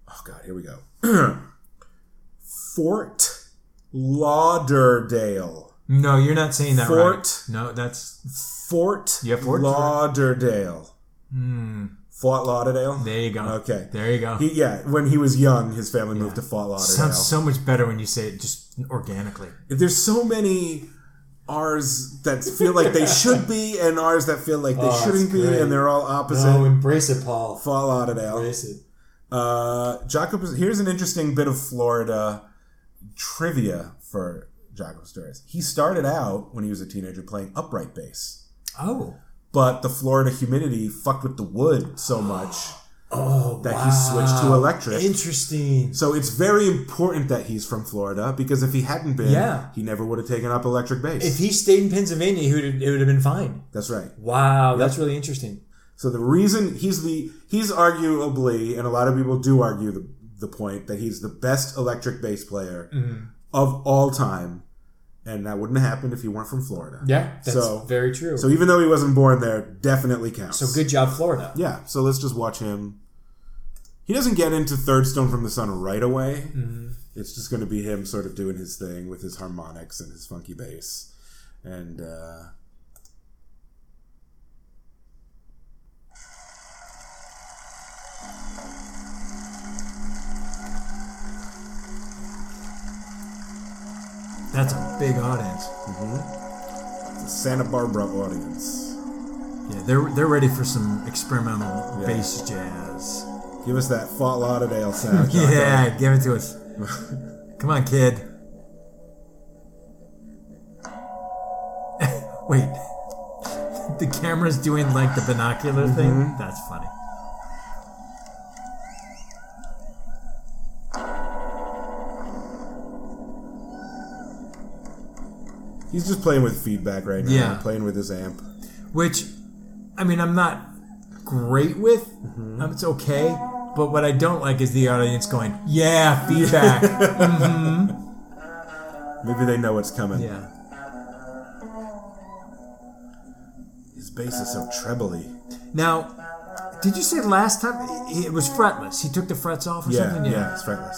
Oh God, here we go. [clears throat] Fort Lauderdale.
No, you're not saying that
Fort.
right. No, that's
Fort,
Yeah, Fort.
Lauderdale. Fort Lauderdale?
there you go.
Okay.
There you go.
He, yeah, when he was young, his family moved to Fort Lauderdale.
Sounds so much better when you say it just organically.
There's so many R's that feel like they should be and R's that feel like they
Oh,
shouldn't
that's
be,
great.
and they're all opposite.
Oh,
No, embrace it, Paul.
Fort Lauderdale.
Embrace it.
Uh, Jacob, here's an interesting bit of Florida trivia for Jacob Stories. He started out when he was a teenager playing upright bass,
Oh.
but the Florida humidity fucked with the wood so much
Oh,
that
wow.
he switched to electric.
Interesting.
So it's very important that he's from Florida because if he hadn't been,
Yeah.
he never would have taken up electric bass.
If he stayed in Pennsylvania, he would it would have been fine.
That's right.
Wow, that's really interesting.
So the reason he's the he's arguably, and a lot of people do argue the, the point that he's the best electric bass player
Mm-hmm.
of all time, and that wouldn't have happened if he weren't from Florida.
Yeah, that's
So-
very true.
So
So,
even though he wasn't born there, definitely counts.
good job, Florida.
Yeah. So let's just watch him. He doesn't get into Third Stone from the Sun right away.
Mm-hmm.
It's just going to be him sort of doing his thing with his harmonics and his funky bass, and uh,
That's a big audience.
the Santa Barbara audience.
Yeah, they're they're ready for some experimental
Yeah.
bass jazz.
Give us that Fort Lauderdale
[laughs]
sound. Jocko.
Yeah, give it to [laughs] us. Come on, kid. [laughs] Wait, the camera's doing like the binocular thing. That's funny.
He's just playing with feedback right now.
Yeah.
Playing with his amp.
Which, I mean, I'm not great with. Um, it's okay. But what I don't like is the audience going, "Yeah, [laughs] feedback."
Maybe they know what's coming.
yeah.
His bass is so trebly.
Now, did you say last time it was fretless? He took the frets off or
Yeah,
something?
yeah, it's fretless.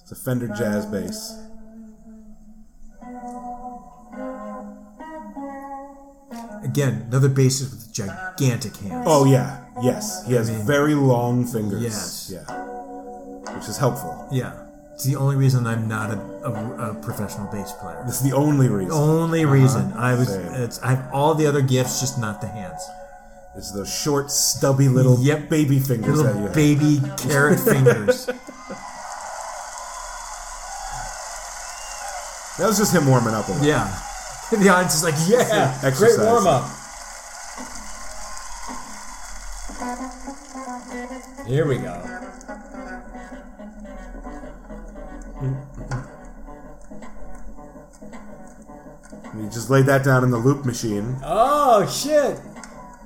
It's a Fender jazz bass.
Again, another bassist with gigantic hands.
Oh yeah, yes. He has very long fingers.
Yes.
Yeah. Which is helpful.
Yeah. It's the only reason I'm not a, a, a professional bass player.
That's the only reason.
Only reason I was,
Uh-huh. Same.
it's, I have all the other gifts, just not the hands.
It's those short, stubby little
Yep.
baby fingers that you
Little
have.
baby
[laughs]
carrot fingers.
that was just him warming up a little.
Yeah. The audience is like, yeah.
Exercise.
Great warm up. Here we go.
And He just laid that down in the loop machine.
Oh shit!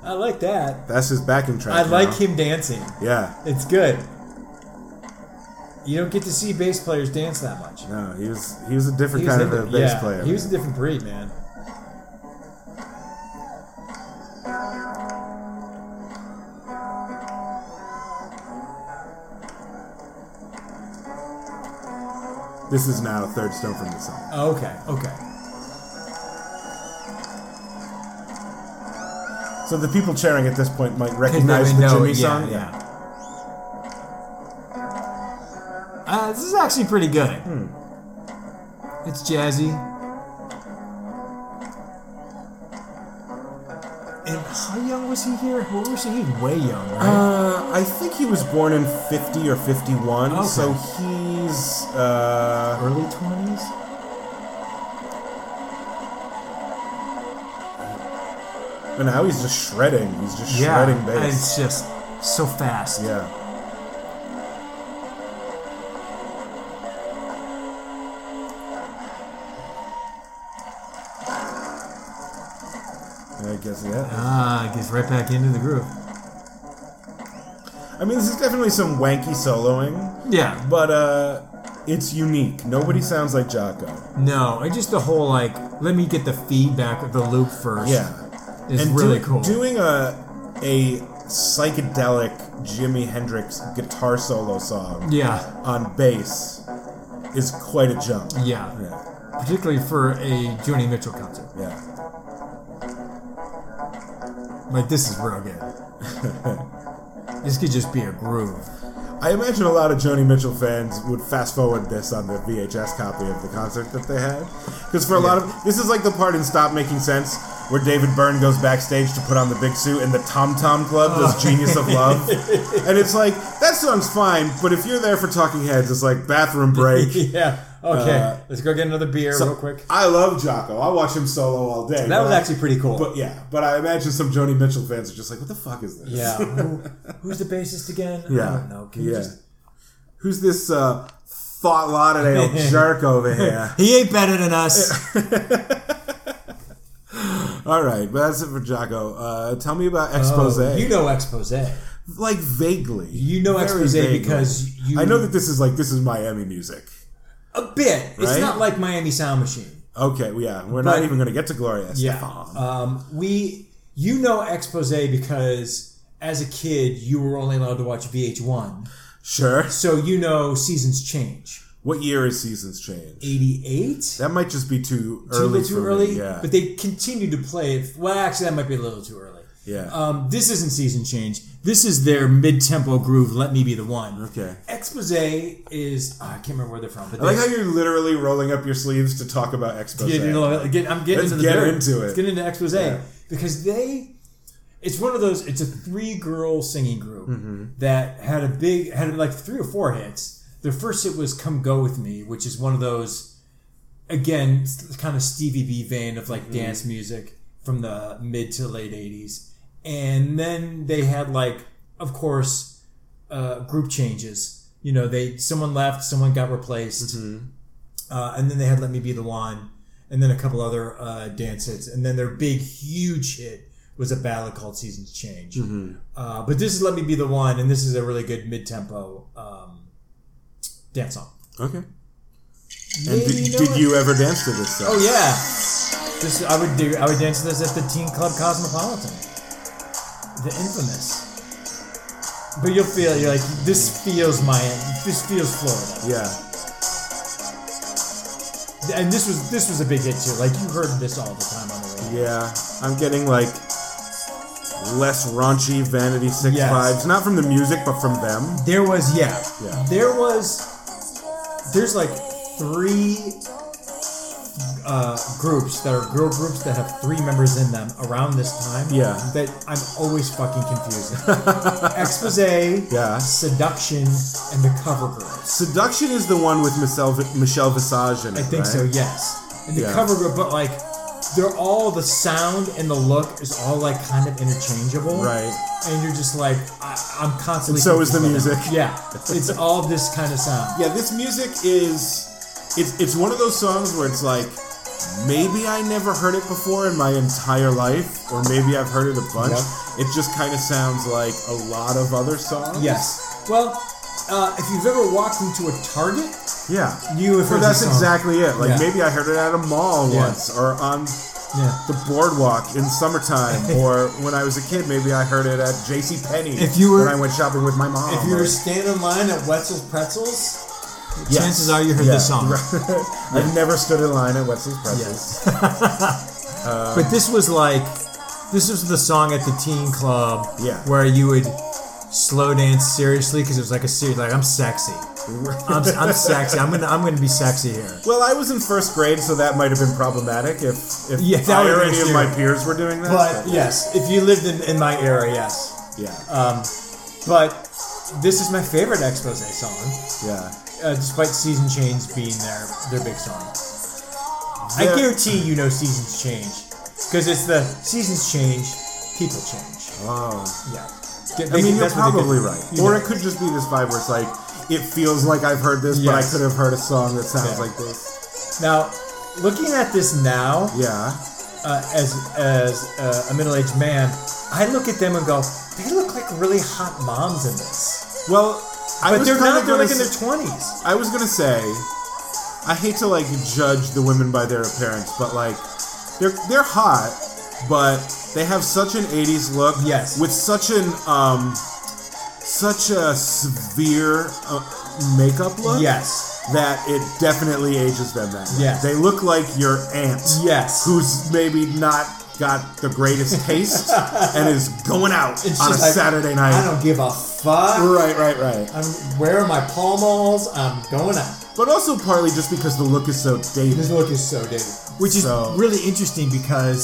I like that.
That's his backing track.
I like
now.
him dancing.
Yeah.
It's good. You don't get to see bass players dance that much.
No, he was he was a different
He was
kind of
a-
a bass
yeah,
player.
He was a different breed, man.
This is now Third Stone from the Sun.
Oh, Okay, okay.
So the people cheering at this point might recognize the
They know
Jimmy
it,
song.
Yeah. yeah. Uh, this is actually pretty good.
Hmm.
It's jazzy. And how young was he here? What was he? He was way young, right?
Uh, I think he was born in 50 or 51,
Okay.
so he's uh,
Early 20s?
but now he's just shredding. He's just
Yeah.
shredding bass.
It's just so fast.
Yeah. I guess yeah.
Ah, gets right back into the groove.
I mean, this is definitely some wanky soloing.
Yeah.
But uh, it's unique. Nobody sounds like Jocko.
No, I just the whole like, let me get the feedback of the loop first.
Yeah,
Is really
do-
cool.
Doing a a psychedelic Jimi Hendrix guitar solo song
Yeah.
on bass is quite a jump.
Yeah,
Yeah.
particularly for a Joni Mitchell concert.
Yeah.
Like this is real good.
[laughs]
this could just be a groove.
I imagine a lot of Joni Mitchell fans would fast forward this on the VHS copy of the concert that they had. Because for a lot of. This is like the part in Stop Making Sense where David Byrne goes backstage to put on the big suit and the Tom Tom Club
Oh.
does Genius of
[laughs]
Love. and it's like, that song's fine, but if you're there for Talking Heads, it's like bathroom break.
[laughs] yeah. Okay.
Uh,
Let's go get another beer
So, [laughs]
real quick.
I love Jocko. I watch him solo all day.
That was
but I-
actually pretty cool.
But yeah, but I imagine some Joni Mitchell fans are just like, "What the fuck is this?" [laughs]
yeah. Who, who's the bassist again? I
yeah,
don't know. Can you
yeah.
just-
Who's this uh, thought
[laughs]
Lauderdale jerk over here?
He ain't better than us.
All right, but that's it for Jocko. Uh, tell me about [laughs] expose.
Oh, you know expose.
like vaguely,
You know
Very
expose
vaguely.
because you.
I know that this is like this is Miami music.
a bit. It's
Right?
not like Miami Sound Machine.
Okay, well, yeah, we're
But-
not even going to get to Gloria Estefan.
Um, we, you know, expose because as a kid you were only allowed to watch VH1,
sure.
so you know seasons change.
What year is Seasons Change?
Eighty-eight.
That might just be too
A
early.
little too
for me,
early,
Yeah.
but they continue to play it. Well, actually, that might be a little too early.
yeah.
Um, this isn't season change. This is their mid-tempo groove. Let me be the one.
okay.
Expose is oh, I can't remember where they're from, but
I like how
they,
you're literally rolling up your sleeves to talk about expose.
get, you know, get- I'm getting
Let's
into the
get
dirt.
into it.
Let's get into expose because they. It's one of those. It's a three-girl singing group
Mm-hmm.
that had a big had like three or four hits. Their first hit was "Come Go with Me," which is one of those, again, s- kind of Stevie B vein of
Mm-hmm.
like dance music from the mid to late '80s. And then they had like, of course, uh, group changes. You know, they someone left, someone got replaced,
Mm-hmm.
uh, and then they had "Let Me Be the One," and then a couple other uh, dance hits, and then their big huge hit was a ballad called "Seasons Change."
Mm-hmm.
Uh, but this is "Let Me Be the One," and this is a really good mid-tempo um, dance song.
Okay. And
Yeah,
did,
you know
did
what?
you ever dance to this song?
Oh yeah, this I would do. I would dance to this at the Teen Club Cosmopolitan, the infamous. But you'll feel you're like this feels my this feels Florida.
yeah.
and this was this was a big hit too. Like you heard this all the time on the radio.
Yeah. I'm getting like less raunchy Vanity Six
Yes.
vibes, not from the music, but from them.
There was yeah,
Yeah.
There was there's like three uh, groups that are girl groups that have three members in them around this time.
Yeah.
that I'm always fucking confused. [laughs] Expose, yeah, seduction, and the cover girls.
Seduction is the one with Michelle, Michelle Visage in it.
I think
right?
so. Yes, and the
Yeah.
cover girl, but like. They're all the sound and the look is all like kind of interchangeable.
Right.
and you're just like, I, I'm constantly.
And so is the
confused by
music.
that. Yeah, it's all this kind of sound.
Yeah. This music is. It's, it's one of those songs where it's like, maybe I never heard it before in my entire life, or maybe I've heard it a bunch. It just kind of sounds like a lot of other songs.
Yes. Well, uh, if you've ever walked into a Target,
Yeah.
you have
Well,
heard
that's
this song.
exactly it. Like
Yeah.
maybe I heard it at a mall
Yeah.
once, or on
Yeah.
the boardwalk in summertime, or when I was a kid. Maybe I heard it at J.C. Penney.
If you were-
when I went shopping with my mom.
If you were
or-
standing in line at Wetzel's Pretzels,
Yes.
Chances are you heard
Yeah.
this song.
[laughs] I've never stood in line at Wetzel's Pretzels.
[laughs] But this was like, this was the song at the teen club
Yeah.
where you would slow dance seriously because it was like a serious, like I'm sexy. I'm, I'm sexy. I'm gonna I'm gonna be sexy here.
well, I was in first grade, so that might have been problematic if if
Yeah, that
I
would've
or
been
any of
serious.
my peers were doing that.
but yes, if you lived in, in my era, yes.
yeah, Uh,
But this is my favorite expose song,
yeah.
uh, despite Season Change being their their big song. I
There-
guarantee you know Seasons Change because it's the Seasons Change, people change.
Oh.
Yeah.
I mean, you're probably right.
You
or
know.
it could just be this vibe where it's like, it feels like I've heard this, but I
Yes.
could have heard a song that sounds
Yeah.
like this.
Now, looking at this now,
Yeah.
uh, as as uh, a middle aged man, I look at them and go, they look like really hot moms in this.
Well, I
But
was
they're
kinda
not. They're
gonna
like in
s-
their twenties.
I was gonna say, I hate to like judge the women by their appearance, but like, they're they're hot, but they have such an '80s look.
Yes.
With such an um, such a severe uh, makeup look
Yes.
that it definitely ages them that way.
Yes.
They look like your aunt
Yes.
who's maybe not got the
[laughs]
greatest taste and is going out
It's
on a
just like,
Saturday night.
I don't give a fuck.
Right, right, right.
I'm wearing my Pall Malls. I'm going out.
But also partly just because the look is so
This
dated.
look is so dated.
Which is
So-
really interesting because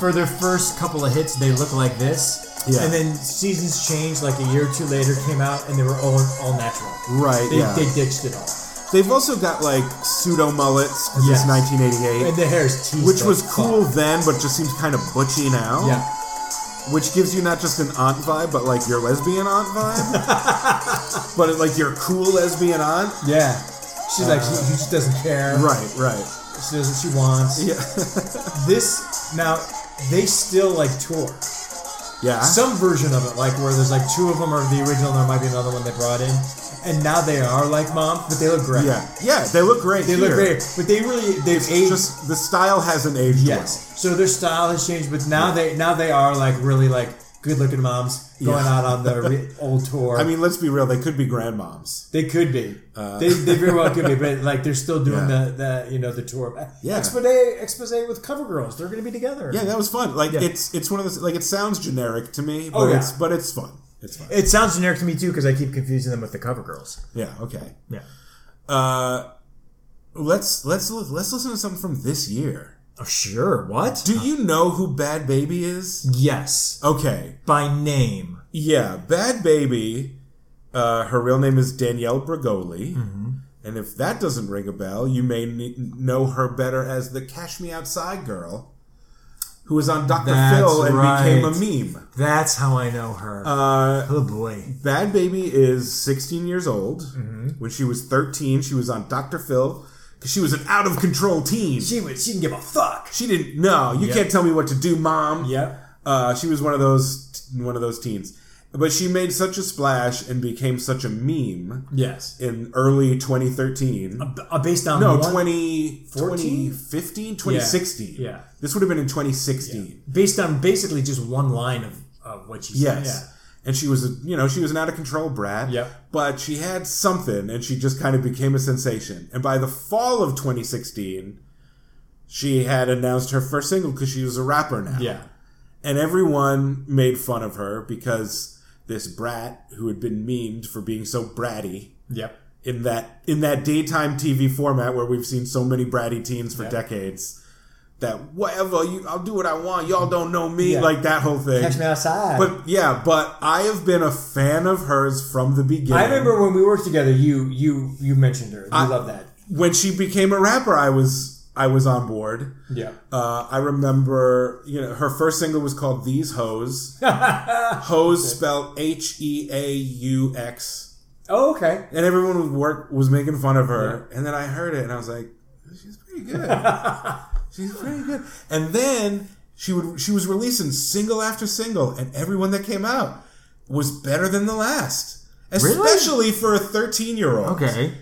for their first couple of hits, they look like this.
Yeah.
And then seasons changed like a year or two later, came out, and they were all, all natural.
Right,
They,
yeah.
they ditched it all.
They've also got like pseudo mullets because
Yes.
it's 1988,
And the hair's teased.
which
the
was
fuck.
cool then, but just seems kind of butchy now.
Yeah.
Which gives you not just an aunt vibe, but like your lesbian aunt vibe, but like your cool lesbian aunt.
Yeah. She's like, she, she just doesn't care.
Uh, Right, right.
She does what she wants.
Yeah, [laughs]
This, now, they still like tour.
yeah.
Some version of it, like where there's like two of them are the original and there might be another one they brought in. And now they are like mom, but they look great.
yeah, yeah. They look great.
They look
here.
great. But they really, they've aged.
Just the style hasn't aged
Yes. So their style has changed, but now they now they are like really like good looking moms going
Yeah.
out on the
[laughs]
re- old tour.
well. I mean, let's be real. They could be grandmoms.
they could be. they, they very well could be, but like they're still doing
Yeah.
the, the you know the tour.
Yeah.
Expose expose with cover girls. They're going to be together.
Yeah, that was fun. Like it's it's one of those like it sounds generic to me, but
Oh, yeah.
it's but it's fun. It's fun.
It sounds generic to me too because I keep confusing them with the cover girls.
yeah. Okay.
Yeah.
Uh, let's let's look, let's listen to something from this year.
Oh, sure. What?
Do you know who Bad Baby is?
yes.
Okay.
By name.
Yeah, Bad Baby. Uh, her real name is Danielle Brigoli.
Mm-hmm.
And if that doesn't ring a bell, you may ne- know her better as the Cash Me Outside girl, who was on Dr.
That's
Phil and
right.
became a meme.
That's how I know her.
Uh,
oh boy.
Bad Baby is 16 years old.
Mm-hmm.
When she was 13, she was on Dr. Phil because she was an out of control teen. She,
She would. She didn't give a fuck.
didn't. No, you can't tell me what to do, mom.
Yep.
Uh, she was one of those one of those teens, but she made such a splash and became such a meme
Yes.
in early 2013.
Uh, based on
no,
one,
20,
14?
2015, 2016.
yeah.
This would have been in 2016.
based on basically just one line of, of what she said.
Yes. And she was, a, you know, she was an out of control brat.
Yep.
But she had something, and she just kind of became a sensation. And by the fall of 2016, she had announced her first single because she was a rapper now.
Yeah.
And everyone made fun of her because this brat who had been memed for being so bratty
Yep.
in that in that daytime TV format where we've seen so many bratty teens for decades. That whatever you, I'll do what I want. Y'all don't know me,
Yeah.
like that whole thing.
Catch me outside.
But yeah, but I have been a fan of hers from the beginning.
I remember when we worked together, you you you mentioned her. You love that.
when she became a rapper, I was I was on board.
Yeah.
Uh, I remember, you know, her first single was called "These Hoes." Hoes spelled H E A U X,
Oh, okay.
and everyone was work was making fun of her. And then I heard it, and I was like, "She's pretty
[laughs]
good. She's pretty good." And then she would she was releasing single after single, and everyone that came out was better than the last, especially for a thirteen year old.
Okay.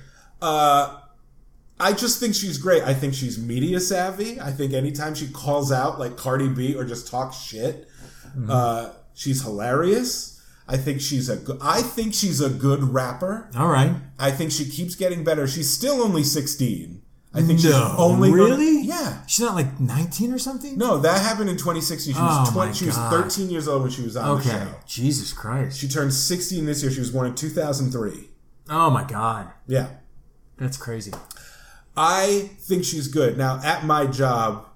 I just think she's great. I think she's media savvy. I think anytime she calls out like Cardi B or just talks shit,
Mm-hmm.
uh, she's hilarious. I think she's a good. I think she's a good rapper.
All right.
I think she keeps getting better. She's still only sixteen. I think she's
No.
only gonna-
Really?
yeah.
She's not like 19 or something.
No, that happened in 2016. She was
Oh,
20,
my
she was
God.
13 years old when she was on the
Okay.
show.
Jesus Christ.
She turned 16 this year. She was born in 2003.
Oh my God.
Yeah.
That's crazy.
I think she's good. Now, at my job,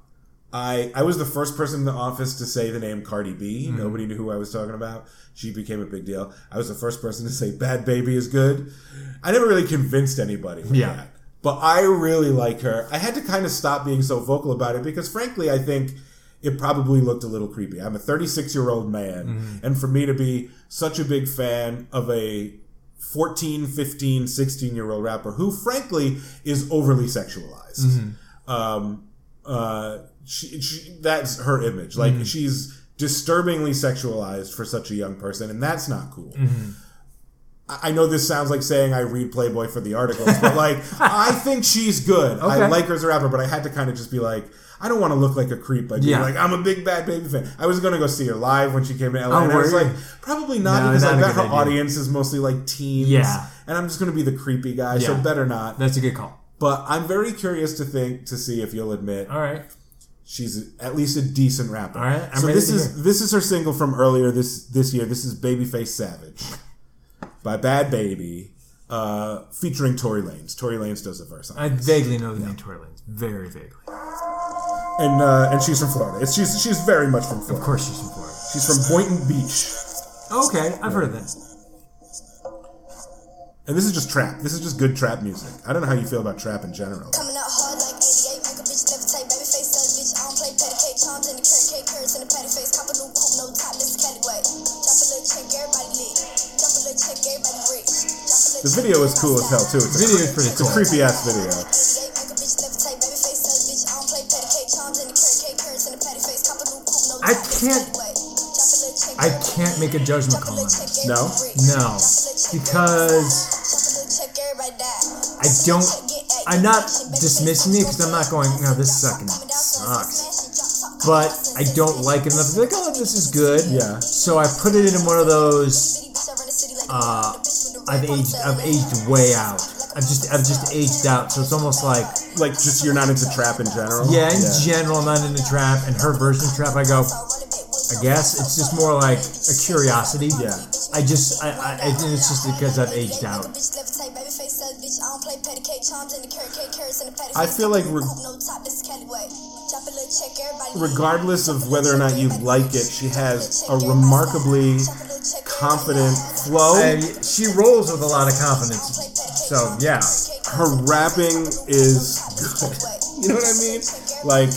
I I was the first person in the office to say the name Cardi B. Nobody knew who I was talking about. She became a big deal. I was the first person to say Bad Baby is good. I never really convinced anybody. With
Yeah.
That. But I really like her. I had to kind of stop being so vocal about it because, frankly, I think it probably looked a little creepy. I'm a 36 year old man, and for me to be such a big fan of a 14, 15, 16 year old rapper who, frankly, is overly sexualized. Um, uh, she, she, that's her image. Like,
Mm-hmm.
she's disturbingly sexualized for such a young person, and that's not cool.
Mm-hmm.
I I know this sounds like saying I read Playboy
[laughs]
for the articles, but like I think she's good. I like her as a rapper, but I had to kind of just be like, I don't want to look like a creep by being
Yeah.
like, I'm a big bad baby fan. I was gonna go see her live when she came to LA,
Oh,
and I was
were you?
like, probably not
No,
because
not
I
a
bet
good
her
idea.
audience is mostly like teens.
Yeah.
and I'm just gonna be the creepy guy, so
Yeah.
better not.
That's a good call.
But I'm very curious to think to see if you'll admit
All right.
she's at least a decent rapper.
All right, I'm
so
ready
this
to
is
hear.
this is her single from earlier this this year. This is Babyface Savage by Bad Baby, uh, featuring Tory Lanez. Tory Lanez does a verse on it.
I vaguely know the name Tory Lanez. Very vaguely.
and uh, and she's from Florida. It's, she's she's very much from Florida.
Of course she's from Florida.
She's from Boynton Beach,
Okay, I've heard of that.
and this is just trap. This is just good trap music. I don't know how you feel about trap in general.
Coming out hard like 88, make a bitch levitate. Baby face does, bitch. I don't play patty cake, charms in the carrot cake, carrots in the patty face. Cop a new coupe, no top, this Cali way. Drop a little check, everybody lit. Drop a little check, everybody rich. Drop a little
The
check,
video is cool as hell too. It's a,
Video is pretty
it's a
cool.
creepy ass video.
88, make a bitch levitate. Baby face does, bitch. I don't play patty cake, charms in the carrot cake, carrots in the patty face. Cop a new coupe, no
I
top, this
can't-
Cali way. Drop a little check,
I
everybody
can't
lit.
make a judgment call on
Drop a little check,
this.
No?
everybody rich.
No,
Drop a little check,
because
everybody die.
I don't. I'm not dismissing it because I'm not going. No, this fucking sucks. But I don't like it enough. to be Like, oh, this is good.
Yeah.
So I put it in one of those. Uh, I've aged. I've aged way out. I've just. I've just aged out. So it's almost like,
Like just you're not into trap in general.
yeah, in general, I'm not into trap. And her version of trap, I go. I guess it's just more like a curiosity.
Yeah.
I just. I. I I- it's just because I've aged out.
I feel like re- regardless of whether or not you like it, she has a remarkably confident flow.
And she rolls with a lot of confidence. So yeah.
Her rapping is good. You know what I mean? Like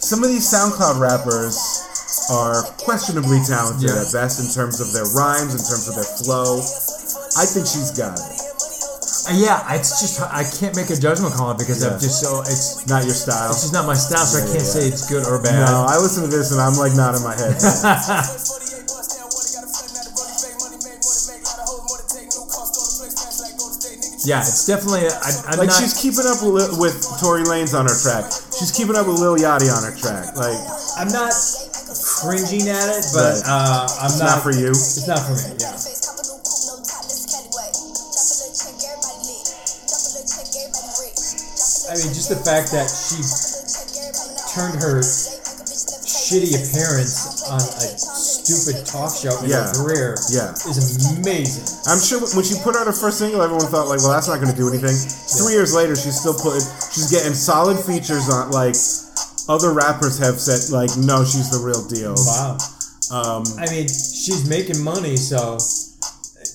some of these SoundCloud rappers are questionably talented
Yeah.
at best in terms of their rhymes, in terms of their flow. I think she's got it.
Uh, Yeah, it's just I can't make a judgment call on it because
Yeah.
I'm just so it's
Not your style.
it's just not my style, so I
yeah.
can't say it's good or bad.
No, I listen to this and I'm like nodding
[laughs]
my head.
[laughs] Yeah, it's definitely I, I'm
Like
not.
she's keeping up with, with Tory Lanez on her track. She's keeping up with Lil Yachty on her track. Like
I'm not cringing at it, but
Right.
uh, I'm
it's
not,
not for you.
It's not for me. Yeah. I mean, just the fact that she turned her shitty appearance on a stupid talk show in
Yeah.
her career
Yeah.
is amazing.
I'm sure when she put out her first single, everyone thought like, "Well, that's not going to do anything." Three years later, she's still putting, she's getting solid features on like other rappers have said, like, "No, she's the real deal."
Wow.
Um,
I mean, she's making money, so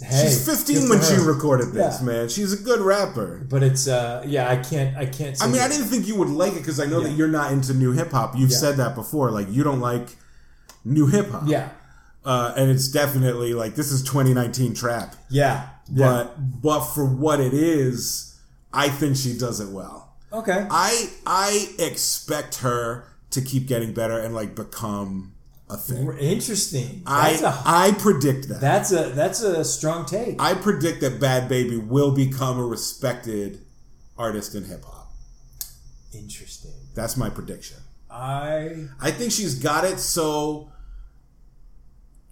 hey,
she's 15
good
when
for
she
her.
recorded this,
Yeah.
man. She's a good rapper.
But it's uh, yeah, I can't, I can't. Say
I mean, I didn't think you would like it because I know that
Yeah.
you're not into new hip hop. You've
Yeah.
said that before, like you don't like new hip hop.
Yeah,
uh, and it's definitely like this is 2019 trap.
yeah, yeah.
But but for what it is, I think she does it well.
okay.
I I expect her to keep getting better and like become a thing.
Interesting.
I
That's a
I predict that.
that's a that's a strong take.
I predict that Bad Baby will become a respected artist in hip hop.
Interesting.
That's my prediction.
I
I think she's got it. So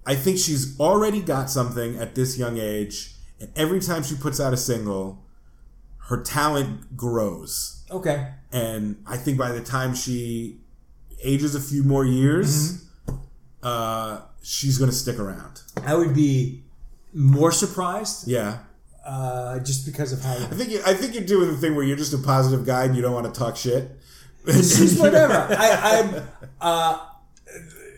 I think she's already got something at this young age, and every time she puts out a single, her talent grows.
okay.
and I think by the time she ages a few more years,
Mm-hmm.
uh, she's gonna stick around.
I would be more surprised
Yeah,
uh, just because of how
[laughs] I think you, I think you're doing the thing where you're just a positive guy and you don't want to talk shit.
Just whatever.
[laughs]
I, I'm. Uh,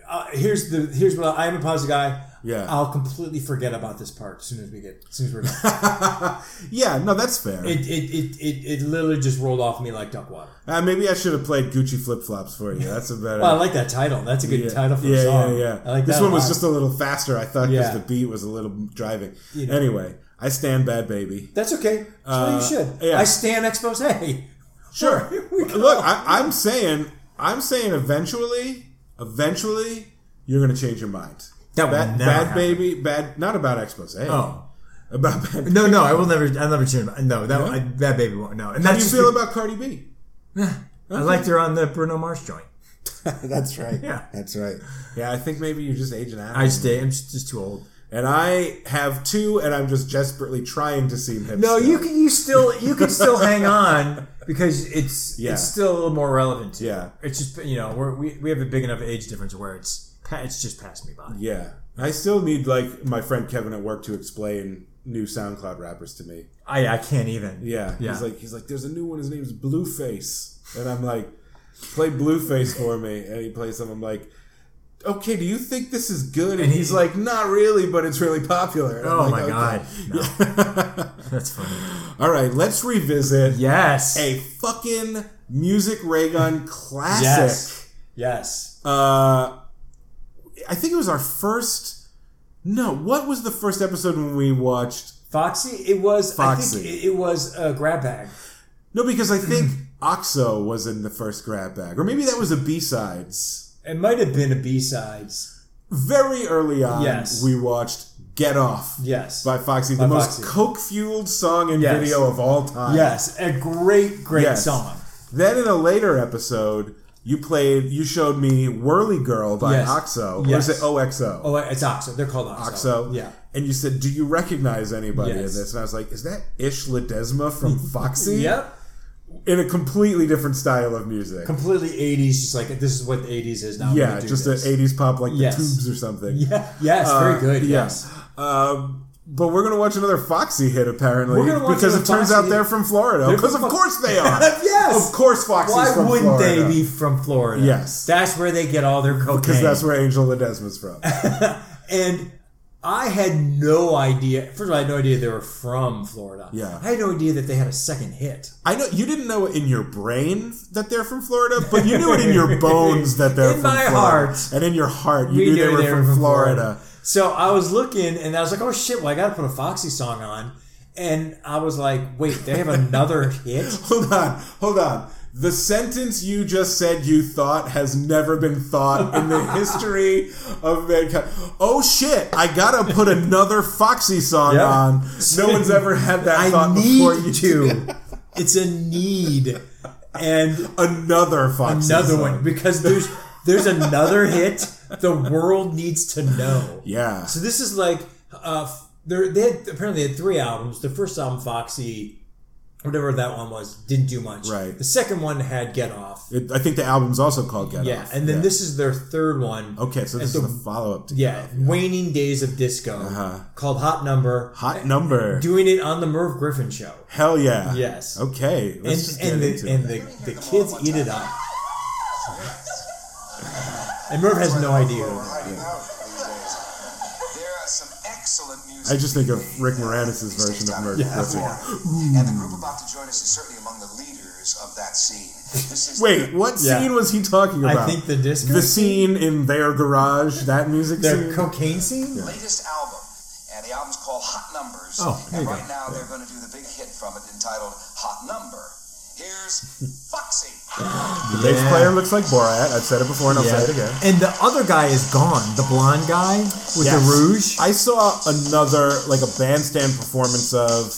uh, here's the here's what I, I'm a positive guy.
Yeah.
I'll completely forget about this part as soon as we get as soon as we're done.
yeah, no, that's fair.
it, it, it, it it literally just rolled off me like duck water.
uh, maybe I should have played Gucci flip flops for you. That's a better.
Well, I like that title. That's a good
yeah,
title for
yeah,
a song.
yeah, yeah.
I like
this
that
one
a
was
lot.
just a little faster. I thought because
Yeah.
the beat was a little driving.
You know.
Anyway, I stand bad, baby.
That's okay. That's what
Uh,
you should.
yeah.
I stand expose. [laughs]
Sure.
Here we go.
Look, I, I'm saying, I'm saying, eventually, eventually, you're gonna change your mind.
That will
bad,
never
bad
happen.
baby, bad. Not about expose.
Oh.
about bad.
no, no, I will never. I'll never change. my- No, that I, that baby won't. No, and
How do you
that's
feel
just-
about Cardi B?
I liked her on the Bruno Mars joint.
That's [laughs] right.
Yeah.
That's right. Yeah, I think maybe you're just aging out.
I just I'm just, just too old.
and I have two, and I'm just desperately trying to seem hipster.
No, you can you still you can still hang on because it's
Yeah.
it's still a little more relevant. To you.
Yeah.
it's just you know we're, we we have a big enough age difference where it's pa- it's just passed me by.
Yeah. I still need like my friend Kevin at work to explain new SoundCloud rappers to me.
I I can't even.
Yeah.
Yeah.
He's like he's like, There's a new one, his name's Blueface. And I'm like, play Blueface for me. And he plays some I'm like, Okay, do you think this is good? And he's like, Not really, but it's really popular. And I'm
Oh
like,
my
"Okay." [laughs]
god, no, that's funny.
All right, let's revisit
Yes,
a fucking music Raygun classic.
Yes.
Uh, I think it was our first. No, what was the first episode when we watched?
Foxy, it was. I
Foxy.
think it- it was a grab bag.
No, because I think Oxo was in the first grab bag, or maybe that was a B sides.
It might have been a B sides.
Very early on,
Yes.
we watched "Get Off"
Yes.
by Foxy, the
By
most
Foxy.
coke fueled song and
Yes.
video of all time.
Yes, a great, great
Yes.
song.
Then in a later episode, you played, you showed me "Whirly Girl" by
Yes.
Oxo,
Yes.
or is it OXO?
Oh, wait, it's Oxo. They're called Oxo.
Oxo.
Yeah.
And you said, "Do you recognize anybody
Yes.
in this?" And I was like, "Is that Ish Ledesma
[laughs]
from Foxy?"
Yep.
In a completely different style of music.
Completely 80s, just like this is what the 80s is now. I'm
yeah,
gonna do
just
this.
an '80s pop like
Yes.
the Tubes or something.
[laughs] Yeah. Yes, very
Uh,
good.
yeah.
Yes.
Um, but we're gonna watch another Foxy hit apparently
We're gonna watch
because it
another
turns
Foxy
out
hit.
they're from Florida.
They're
Because of
from Fo-
course
[laughs]
they are.
Yes.
Of course Foxy's
Why
from
wouldn't
Florida.
they be from Florida?
Yes.
That's where they get all
[laughs]
their cocaine.
Because that's where Angel Ledesma's from.
And I had no idea. First of all, I had no idea they were from Florida.
Yeah.
I had no idea that they had a second hit.
I know you didn't know it in your brain that they're from Florida, but you knew it in
[laughs]
your bones that they're
In
from
my
Florida.
heart.
and in your heart, you
We
knew,
knew
they were from, Florida.
So I was looking and I was like, oh shit, well, I got to put a Foxy song on. And I was like, wait, they
[laughs]
have another hit?
Hold on, hold on. The sentence you just said you thought has never been thought in
[laughs]
the history of mankind. Oh shit! I gotta put another Foxy song
Yeah.
on.
[laughs]
No one's ever had that thought
I
before. You
need to. It's a need. And
another Foxy,
another
song.
one because there's there's another hit the world needs to know.
Yeah.
So this is like uh they they had apparently had three albums. The first album Foxy whatever that one was didn't do much.
Right.
The second one had Get Off.
It, I think the album's also called Get
yeah,
Off.
and then this is their third one.
Okay, so this is the
and
Uh-huh. follow up to Get
Yeah,
Off.
Waning Days of Disco called Hot Number.
Hot number.
Doing it on the Merv Griffin show.
Hell yeah.
Yes.
Okay. Let's just get
and, and,
into
the, and
it.
the, the kids eat it up. And Merv has no idea. who they are.
Hiding out these days. There are some excellent music.
I just think of Rick Moranis' version of Murder. That's it.
And the group about to join us is certainly among the leaders of that scene. This is
Wait, what
Yeah.
scene was he talking about?
I think the disco.
the scene in their garage, that music
their
scene.
cocaine scene?
latest album, and the album's called Hot Numbers.
Oh, there
and
you
right now they're going to do the big hit from it entitled Hot Number.
[laughs]
Here's Foxy.
the bass player looks like Borat. I've said it before and I'll say it again.
and the other guy is gone. The blonde guy with
Yes.
the rouge,
I saw another like a bandstand performance of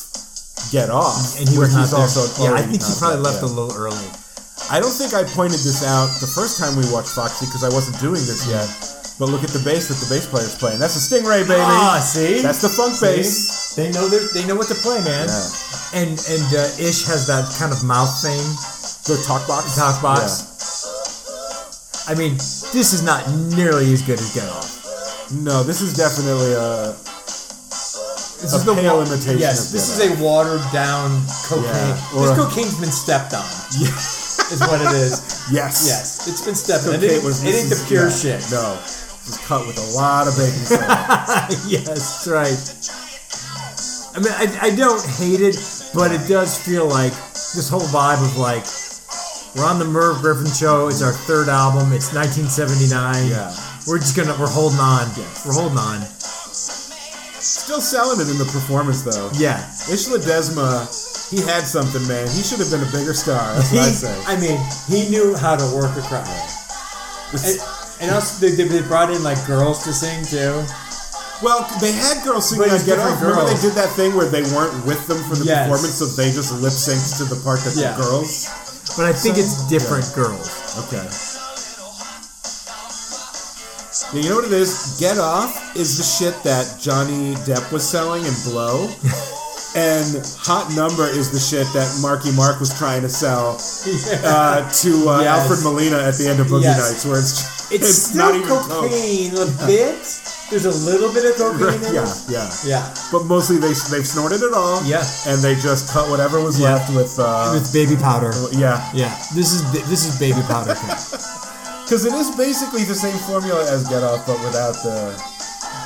Get Off,
and he
where
was not
he's
there.
also
yeah, I
already
think he
not
probably
there,
left
yeah.
a little early.
I don't think I pointed this out the first time we watched Foxy because I wasn't doing this yet. But look at the bass that the bass player's playing. That's a Stingray, baby.
Ah, see?
That's the funk bass.
They know their- they know what to play, man.
Yeah.
And and uh, Ish has that kind of mouth thing,
The talk box.
talk box. I mean, this is not nearly as good as Get Off.
Yeah. No, this is definitely a,
This
a
is the
pale
wa-
imitation
Yes,
of
this
Get
is a watered down cocaine.
Yeah, or a-
this cocaine's been stepped
[laughs]
on, is what it is.
Off. Yes.
Yes, it's been stepped on. It
Okay,
ain't,
was-
it ain't
this
the
is-
pure
yeah,
shit.
No, it was cut with a lot of baking soda.
[laughs] yes, that's right. I mean, I, I don't hate it, but it does feel like this whole vibe of like we're on the Merv Griffin show. It's our third album. It's 1979.
Yeah.
we're just gonna we're holding on. We're holding on.
Still selling it in the performance though.
Yeah,
Ish Ledesma, he had something, man. He should have been a bigger star. That's what I say.
I mean, he knew how to work a crowd. And, and also, they, they brought in like girls to sing too.
Well, they had girls singing
But
on
it's
Get
different
Off. Remember they
girls.
did that thing where they weren't with them for the
Yes.
performance, so they just lip synced to the part that's
Yeah.
the girls?
But I think it's different [laughs] girls.
Okay. Yeah, you know what it is? Get Off is the shit that Johnny Depp was selling in
[laughs]
Blow. and Hot Number is the shit that Marky Mark was trying to sell uh, to uh,
Yes.
Alfred Molina at the end of Boogie
Yes.
Nights, where it's,
It's, still cocaine a bit. There's a little bit of cocaine
Right,
in
yeah,
it.
yeah.
Yeah.
But mostly they, they snorted it all.
Yeah.
And they just cut whatever was left with. Uh,
With baby powder.
yeah.
Yeah, this is ba- this is baby powder. thing.
Because it is basically the same formula as Get Off, but without the.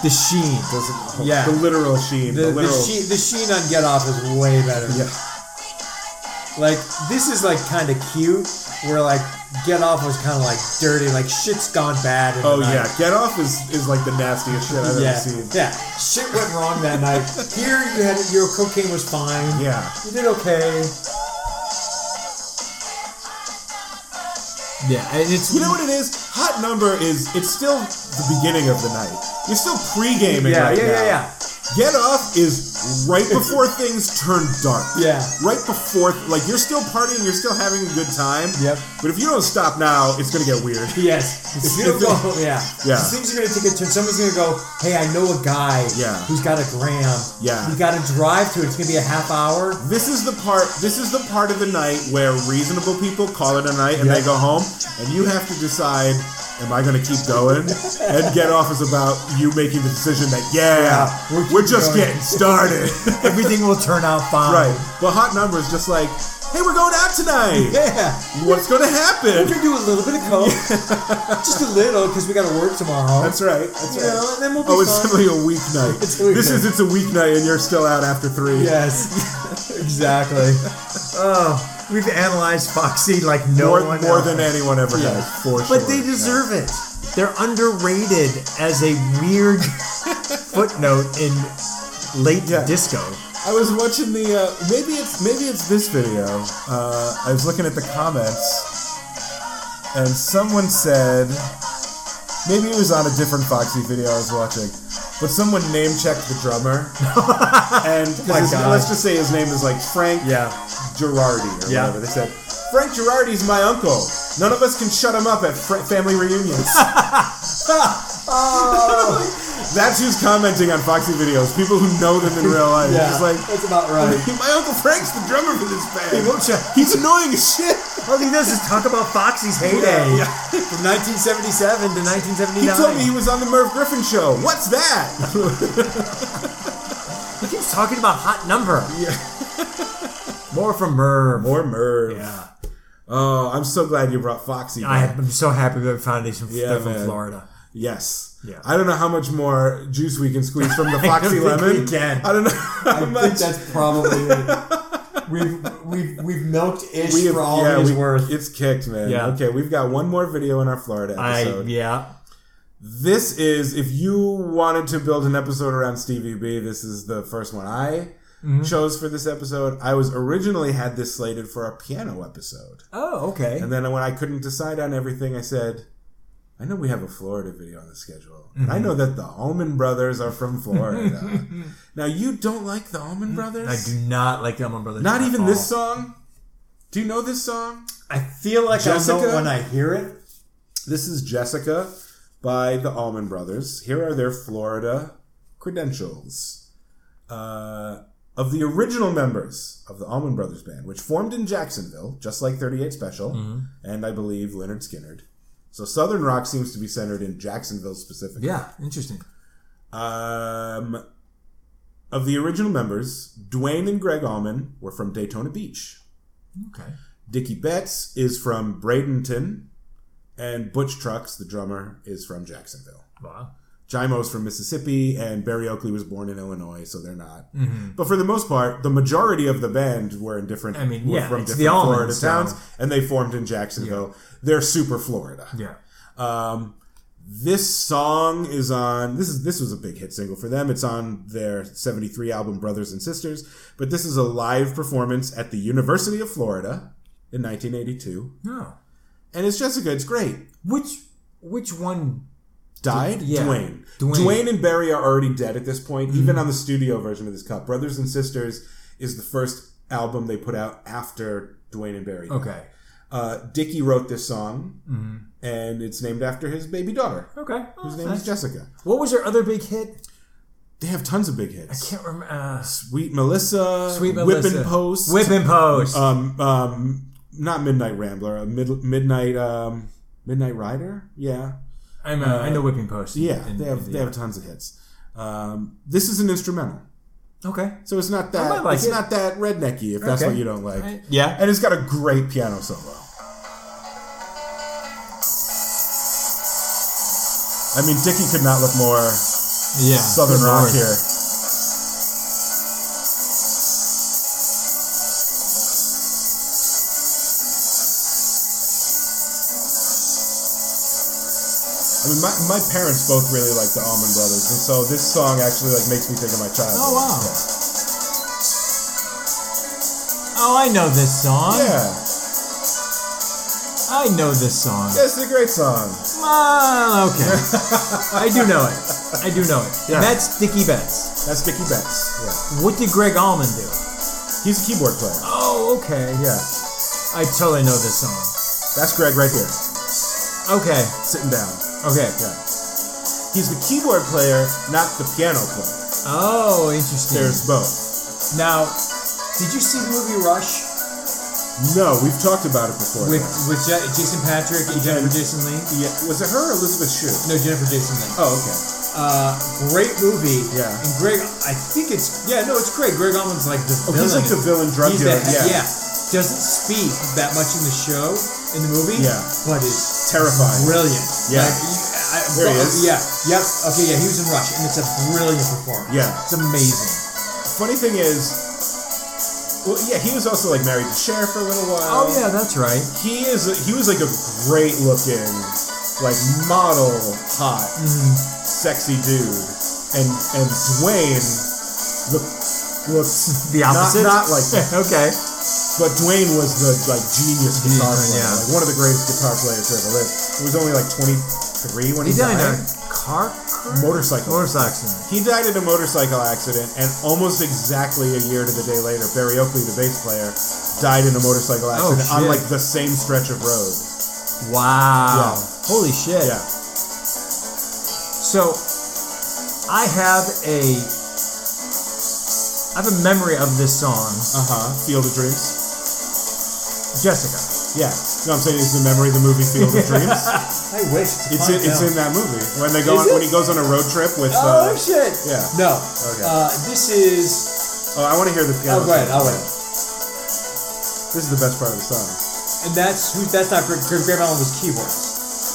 The sheen.
Doesn't,
Yeah.
The literal sheen. The,
The, the,
literal.
sheen, the sheen on Get Off is way better.
Yeah.
Like, this is like kind of cute, where like Get Off was kind of like dirty, like shit's gone bad. in the
Oh
night.
yeah, Get Off is, is like the nastiest shit I've
yeah,
ever seen.
yeah. Shit went wrong that night. Here you had your cocaine was fine.
Yeah.
You did okay.
Yeah, and it's
You know what it is? Hot number is it's still the beginning of the night. You're still pre-gaming
Yeah,
right
yeah,
now.
yeah, yeah.
Get off is right
[laughs]
before things turn dark.
Yeah.
Right before, like you're still partying, you're still having a good time.
Yep.
But if you don't stop now, it's gonna get weird.
Yes. If you don't go, yeah.
Yeah.
Things are gonna take a turn. Someone's gonna go, hey, I know a guy
Yeah.
who's got a gram.
Yeah.
We gotta drive to it. It's gonna be a half hour.
This is the part. This is the part of the night where reasonable people call it a night and they go home, and you have to decide: Am I going to keep going? and get off is about you making the decision that yeah,
Yeah, we'll keep
we're, just
going.
getting started, [laughs]
everything will turn out fine.
right? But hot number is just like, hey, we're going out tonight.
Yeah.
What's going to
We're
happen?
gonna do a little bit of
[laughs]
coke. Just a little, because we gotta work tomorrow.
That's right. That's
you
right.
know, and then we'll be
Oh, it's
fine.
[laughs] simply a weeknight.
It's a weeknight.
This is it's a weeknight, and you're still out after three. [laughs]
Yes. exactly.
Oh, we've analyzed Foxy like no
More,
one
more
else.
than anyone ever
Yeah.
has, for sure.
But they deserve it. They're underrated as a
[laughs]
weird footnote in late
Yeah.
disco.
I was watching the uh, maybe it's maybe it's this video. Uh, I was looking at the comments, and someone said maybe it was on a different Foxy video I was watching, but someone name checked the drummer, [laughs] and 'cause
My
his-
God.
let's just say his name is like Frank
Yeah.
Girardi or
Yeah.
whatever. They said Frank Girardi's my uncle. None of us can shut him up at fr- family
[laughs]
reunions. [laughs] That's who's commenting on Foxy videos. People who know them in real life.
Yeah.
Just like,
that's about
[laughs]
right.
[laughs] my Uncle Frank's the drummer for this
He
band.
won't shut.
He's annoying as shit.
All he does is talk about Foxy's heyday [laughs] from 1977 to
He
1979.
told me he was on the Merv Griffin show. What's
[laughs]
that?
He keeps talking about hot number. [laughs] More from Merv.
More Merv.
Yeah.
Oh, I'm so glad you brought Foxy.
I,
Back.
I'm so happy that we found these from,
Yeah,
they're from
man.
Florida.
yes.
Yeah.
I don't know how much more juice we can squeeze from the
don't
Foxy
think we
lemon.
can.
I don't know how
I think
much.
that's probably
[laughs]
it. We've, we've, we've milked ish
we have-
for all
yeah,
it is
we-
worth.
It's kicked, man.
Yeah.
Okay, we've got one more video in our Florida
I
episode.
yeah.
This is if you wanted to build an episode around Stevie B, this is the first one I chose for this episode. I was originally had this slated for a piano episode.
Oh, okay.
And then when I couldn't decide on everything, I said, I know we have a Florida video on the schedule. And I
Mm-hmm.
know that the Allman Brothers are from
[laughs]
Florida. now you don't like the Allman Brothers?
Mm-hmm. I do not like the Elman Brothers.
Not
at
even
all.
this song? Do you know this song?
I feel like I know
Jessica?
it when I hear it.
This is Jessica by the Allman Brothers. Here are their Florida credentials. Uh, of the original members of the Allman Brothers Band, which formed in Jacksonville, just like 38 Special, and I believe Leonard Skinnard. So Southern rock seems to be centered in Jacksonville specifically.
Yeah, interesting.
Um, of the original members, Dwayne and Greg Allman were from Daytona Beach.
Okay.
Dickie Betts is from Bradenton, and Butch Trucks, the drummer, is from Jacksonville.
Wow.
Jimo's from Mississippi, and Barry Oakley was born in Illinois, so they're not. But for the most part, the majority of the band were in different.
Mm-hmm. I mean,
were
yeah,
from
it's
different
the Allman,
Florida
so-
towns, and they formed in Jacksonville. They're super Florida.
Yeah.
Um, this song is on this is this was a big hit single for them. It's on their 73 album Brothers and Sisters, but this is a live performance at the University of Florida in 1982.
No.
And it's Jessica, it's great.
Which which one?
Died?
Yeah.
Dwayne. Dwayne.
Dwayne. Mm-hmm.
and Barry are already dead at this point, even on the studio version of this cut. Brothers and Sisters is the first album they put out after Dwayne and Barry. died.
Okay. Mm-hmm.
Uh, Dickey wrote this song, and it's named after his baby daughter.
Okay. Oh,
His name is Jessica.
What was your other big hit?
They have tons of big hits.
Can't remember. Uh,
Sweet Melissa,
Sweet
Whip
Melissa.
and Post,
Whip and Post. Uh,
um, um, not Midnight Rambler, uh, mid- Midnight, um, Midnight Rider. Yeah,
I'm, uh, I know Whipping Post.
yeah.
In-
they
in
have
the-
they have tons of hits. Um, this is an instrumental,
Okay.
so it's not
might
that
like
it's
it.
not that rednecky. If that's
Okay.
what you don't like,
I-
yeah. And it's got a great piano solo. I mean, Dickie could not look more
Yeah.
southern
good
rock
lord.
here. I mean, my, my parents both really like the Allman Brothers, and so this song actually like makes me think of my childhood.
Oh, wow. Oh, I know this song.
Yeah,
I know this song.
yeah, it's a great [laughs] song.
Well, okay. I do know it. I do know it.
Yeah.
And that's Dickie Betts.
That's Dickie Betts. Yeah,
What did Greg Allman do?
he's a keyboard player.
Oh, okay.
Yeah,
I totally know this song.
that's Greg right here,
Okay.
sitting down.
Okay.
Yeah, he's the keyboard player, not the piano player.
Oh, interesting.
There's both.
now, did you see the movie Rush
No, we've talked about it before.
with with Ja- Jason Patrick and Jennifer Jason Lee?
yeah, was it her or Elizabeth Shue?
No, Jennifer Jason Lee.
Oh, okay.
Uh, great movie.
Yeah.
And Greg, I think it's yeah, no, it's great. Greg Allman's like the
Oh,
villain.
he's like the villain drug
He's the
dealer.
he-
yeah.
Doesn't speak that much in the show, in the movie.
Yeah.
But is
Terrifying.
brilliant.
Yeah.
Like, I, I-
There he
well,
is.
Yeah. Yep. Okay. Yeah. He was in Rush, and it's a brilliant performance.
Yeah.
It's amazing.
Funny thing is, well, yeah, he was also like married to Cher for a little while.
Oh yeah, that's right.
He is. A, he was like a great looking, like model, hot,
Mm-hmm.
sexy dude, and and Dwayne look, looks
[laughs] The
not-
opposite.
Not, like that.
okay.
But Dwayne was the like genius guitar
Genius,
player,
yeah.
like one of the greatest guitar players to ever live. He was only like 23 when he,
He died in
died.
a car crash?
Motorcycle.
motorcycle accident.
He died in a motorcycle accident, and almost exactly a year to the day later, Barry Oakley, the bass player, died in a motorcycle accident on
Oh, shit.
like the same stretch of road.
Wow.
Yeah.
Holy shit.
Yeah,
So I have a I have a memory of this song,
uh huh. Field of Dreams.
Jessica.
Yeah, no, I'm saying it's the memory of the movie Field of
[laughs]
Dreams.
I wish to
It's
find
in, it's
out.
in that movie when they go on,
Is it?
when he goes on a road trip with.
Oh
Uh,
shit!
yeah.
No.
Okay.
Uh, this is.
oh, I want to hear the piano.
Oh, go ahead. I'll wait.
This is the best part of the song.
And that's who. That's not Greg. Greg Graham Allen was keyboards. [laughs]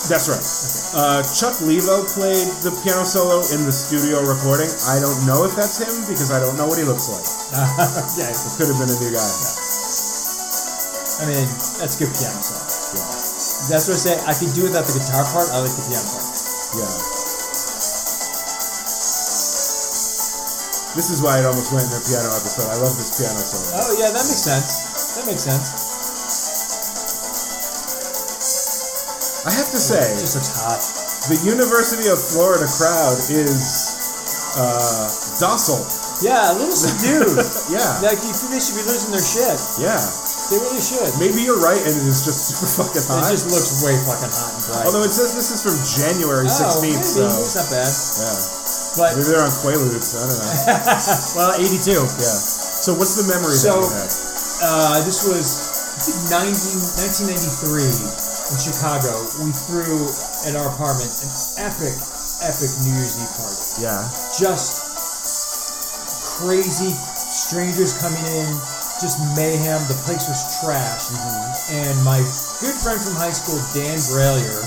That's right. Uh, Chuck Levo played the piano solo in the studio recording. I don't know if that's him because I don't know what he looks like.
Yeah.
Could have been a new guy.
I mean, that's a good piano song.
Yeah.
That's what I say. I could do without the guitar part. I like the piano part.
Yeah. This is why it almost went in their piano episode. I love this piano solo.
Oh yeah, that makes sense. That makes sense.
I have to say,
It just looks hot.
the University of Florida crowd is uh, docile.
Yeah, a little subdued.
Yeah.
[laughs] like you think they should be losing their shit.
Yeah.
They really should.
Maybe you're right, and it is just [laughs] super fucking
It
hot.
just looks way fucking hot and bright.
Although it says this is from January
oh,
16th,
maybe. It's
so
not bad.
yeah.
But
Maybe they're on Quaaludes. I don't
[laughs]
know.
Well, 82.
Yeah. So what's the memory that
So-
you had?
Uh, this was I think 19, 1993 in Chicago. We threw at our apartment an epic, epic New Year's Eve party.
Yeah.
Just crazy strangers coming in, just mayhem. The place was trash. And my good friend from high school, Dan Braillier,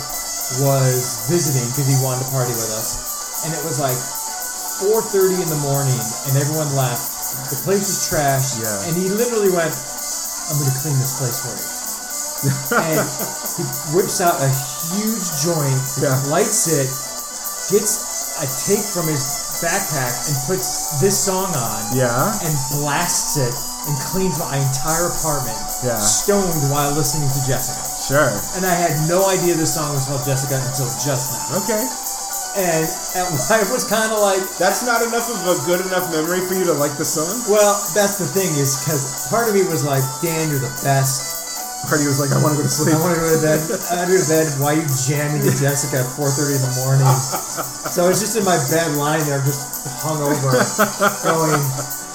was visiting because he wanted to party with us. And it was like 4.30 in the morning and everyone left. The place was trash.
Yeah.
And he literally went, I'm going to clean this place
[laughs]
for you. and he whips out a huge joint,
Yeah.
lights it, gets a tape from his backpack and puts this song on
Yeah.
and blasts it and cleans my entire apartment
Yeah.
stoned while listening to Jessica.
Sure.
And I had no idea this song was called Jessica until just now.
Okay.
And, and [laughs] I was kind of like,
That's not enough of a good enough memory for you to like the song?
well, that's the thing is because part of me was like, Dan, you're the best.
Freddie was like, I want to go to sleep.
I want to go to bed. I want to go to bed. Why you jamming to Jessica at 4:30 in the morning? So I was just in my bed, lying there, just hung over, going,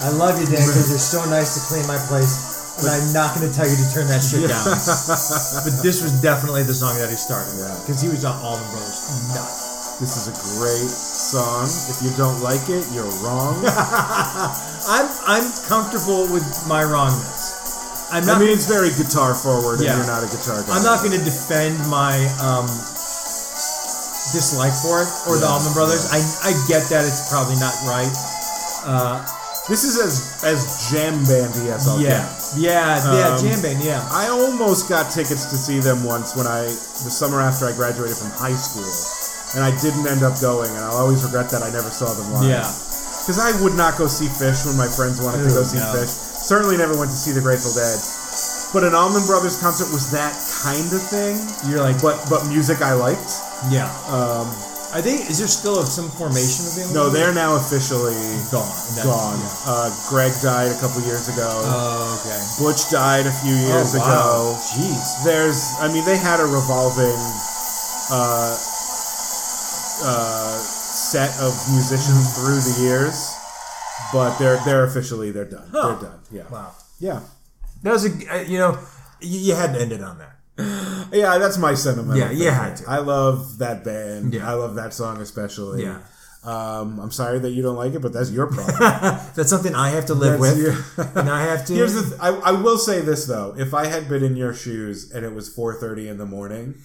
"I love you, Dan, because you're so nice to clean my place." And I'm not going to tell you to turn that shit down.
But this was definitely the song that he started with.
Yeah.
Because he was on Allman Brothers. nuts.
This is a great song. If you don't like it, you're
[laughs]
wrong.
[laughs] I'm, I'm comfortable with my wrongness. I'm not
I mean, it's very guitar forward,
Yeah.
and you're not a guitar guy.
I'm not going to defend my um, dislike for it or the
Yeah,
Allman Brothers. I, I get that it's probably not right.
This is as as jam bandy as I'll
Yeah,
get.
yeah,
Um,
yeah. Jam band, yeah.
I almost got tickets to see them once when I the summer after I graduated from high school, and I didn't end up going, and I'll always regret that I never saw them live.
Yeah.
Because I would not go see Fish when my friends wanted to go
Ooh,
see
no.
Fish. Certainly never went to see the Grateful Dead. But an Allman Brothers concert was that kind of thing.
You're like,
But but music I liked.
yeah. Um, Are they? Is there still some formation of the Allman
No,
Brothers?
they're now officially
gone. That-
gone.
yeah.
Uh, Greg died a couple years ago.
Oh, okay.
Butch died a few years
Oh, wow.
ago.
Jeez.
There's, I mean, they had a revolving uh, uh, set of musicians
Mm-hmm.
through the years, but they're they're officially they're done.
Huh.
They're done. Yeah.
Wow.
Yeah.
That was a, uh, you know, you, you had [laughs] to end it on that.
[gasps] Yeah, that's my sentiment.
Yeah, you had to.
I love that band.
Yeah.
I love that song especially.
Yeah.
Um, I'm sorry that you don't like it, but that's your problem.
That's something I have to live
That's
with,
your-
[laughs] and I have to.
Here's the. Th- I, I will say this though: if I had been in your shoes and it was 4:30 in the morning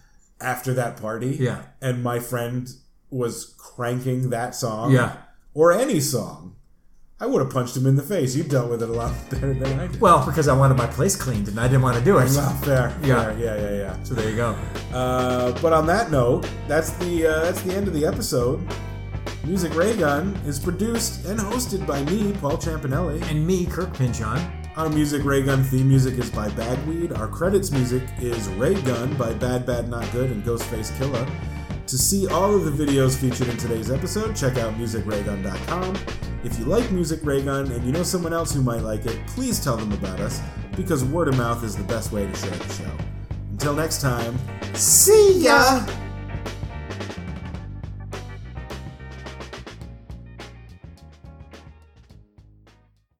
[laughs]
after that party,
Yeah.
and my friend was cranking that song,
Yeah.
or any song, I would have punched him in the face. You dealt with it a lot better than I did.
well, because I wanted my place cleaned and I didn't want to do it.
Well, fair,
Yeah.
fair, yeah, yeah, yeah.
So there you go.
Uh, but on that note, that's the uh, that's the end of the episode. Music Ray Gun is produced and hosted by me, Paul Champanelli.
And me, Kirk Pinchon.
Our music, Ray Gun theme music is by Bagweed. Our credits music is Ray Gun by Bad Bad Not Good and Ghostface Killa. To see all of the videos featured in today's episode, check out musicraygun.com. If you like Music Ray Gun and you know someone else who might like it, please tell them about us because word of mouth is the best way to share the show. Until next time, see ya!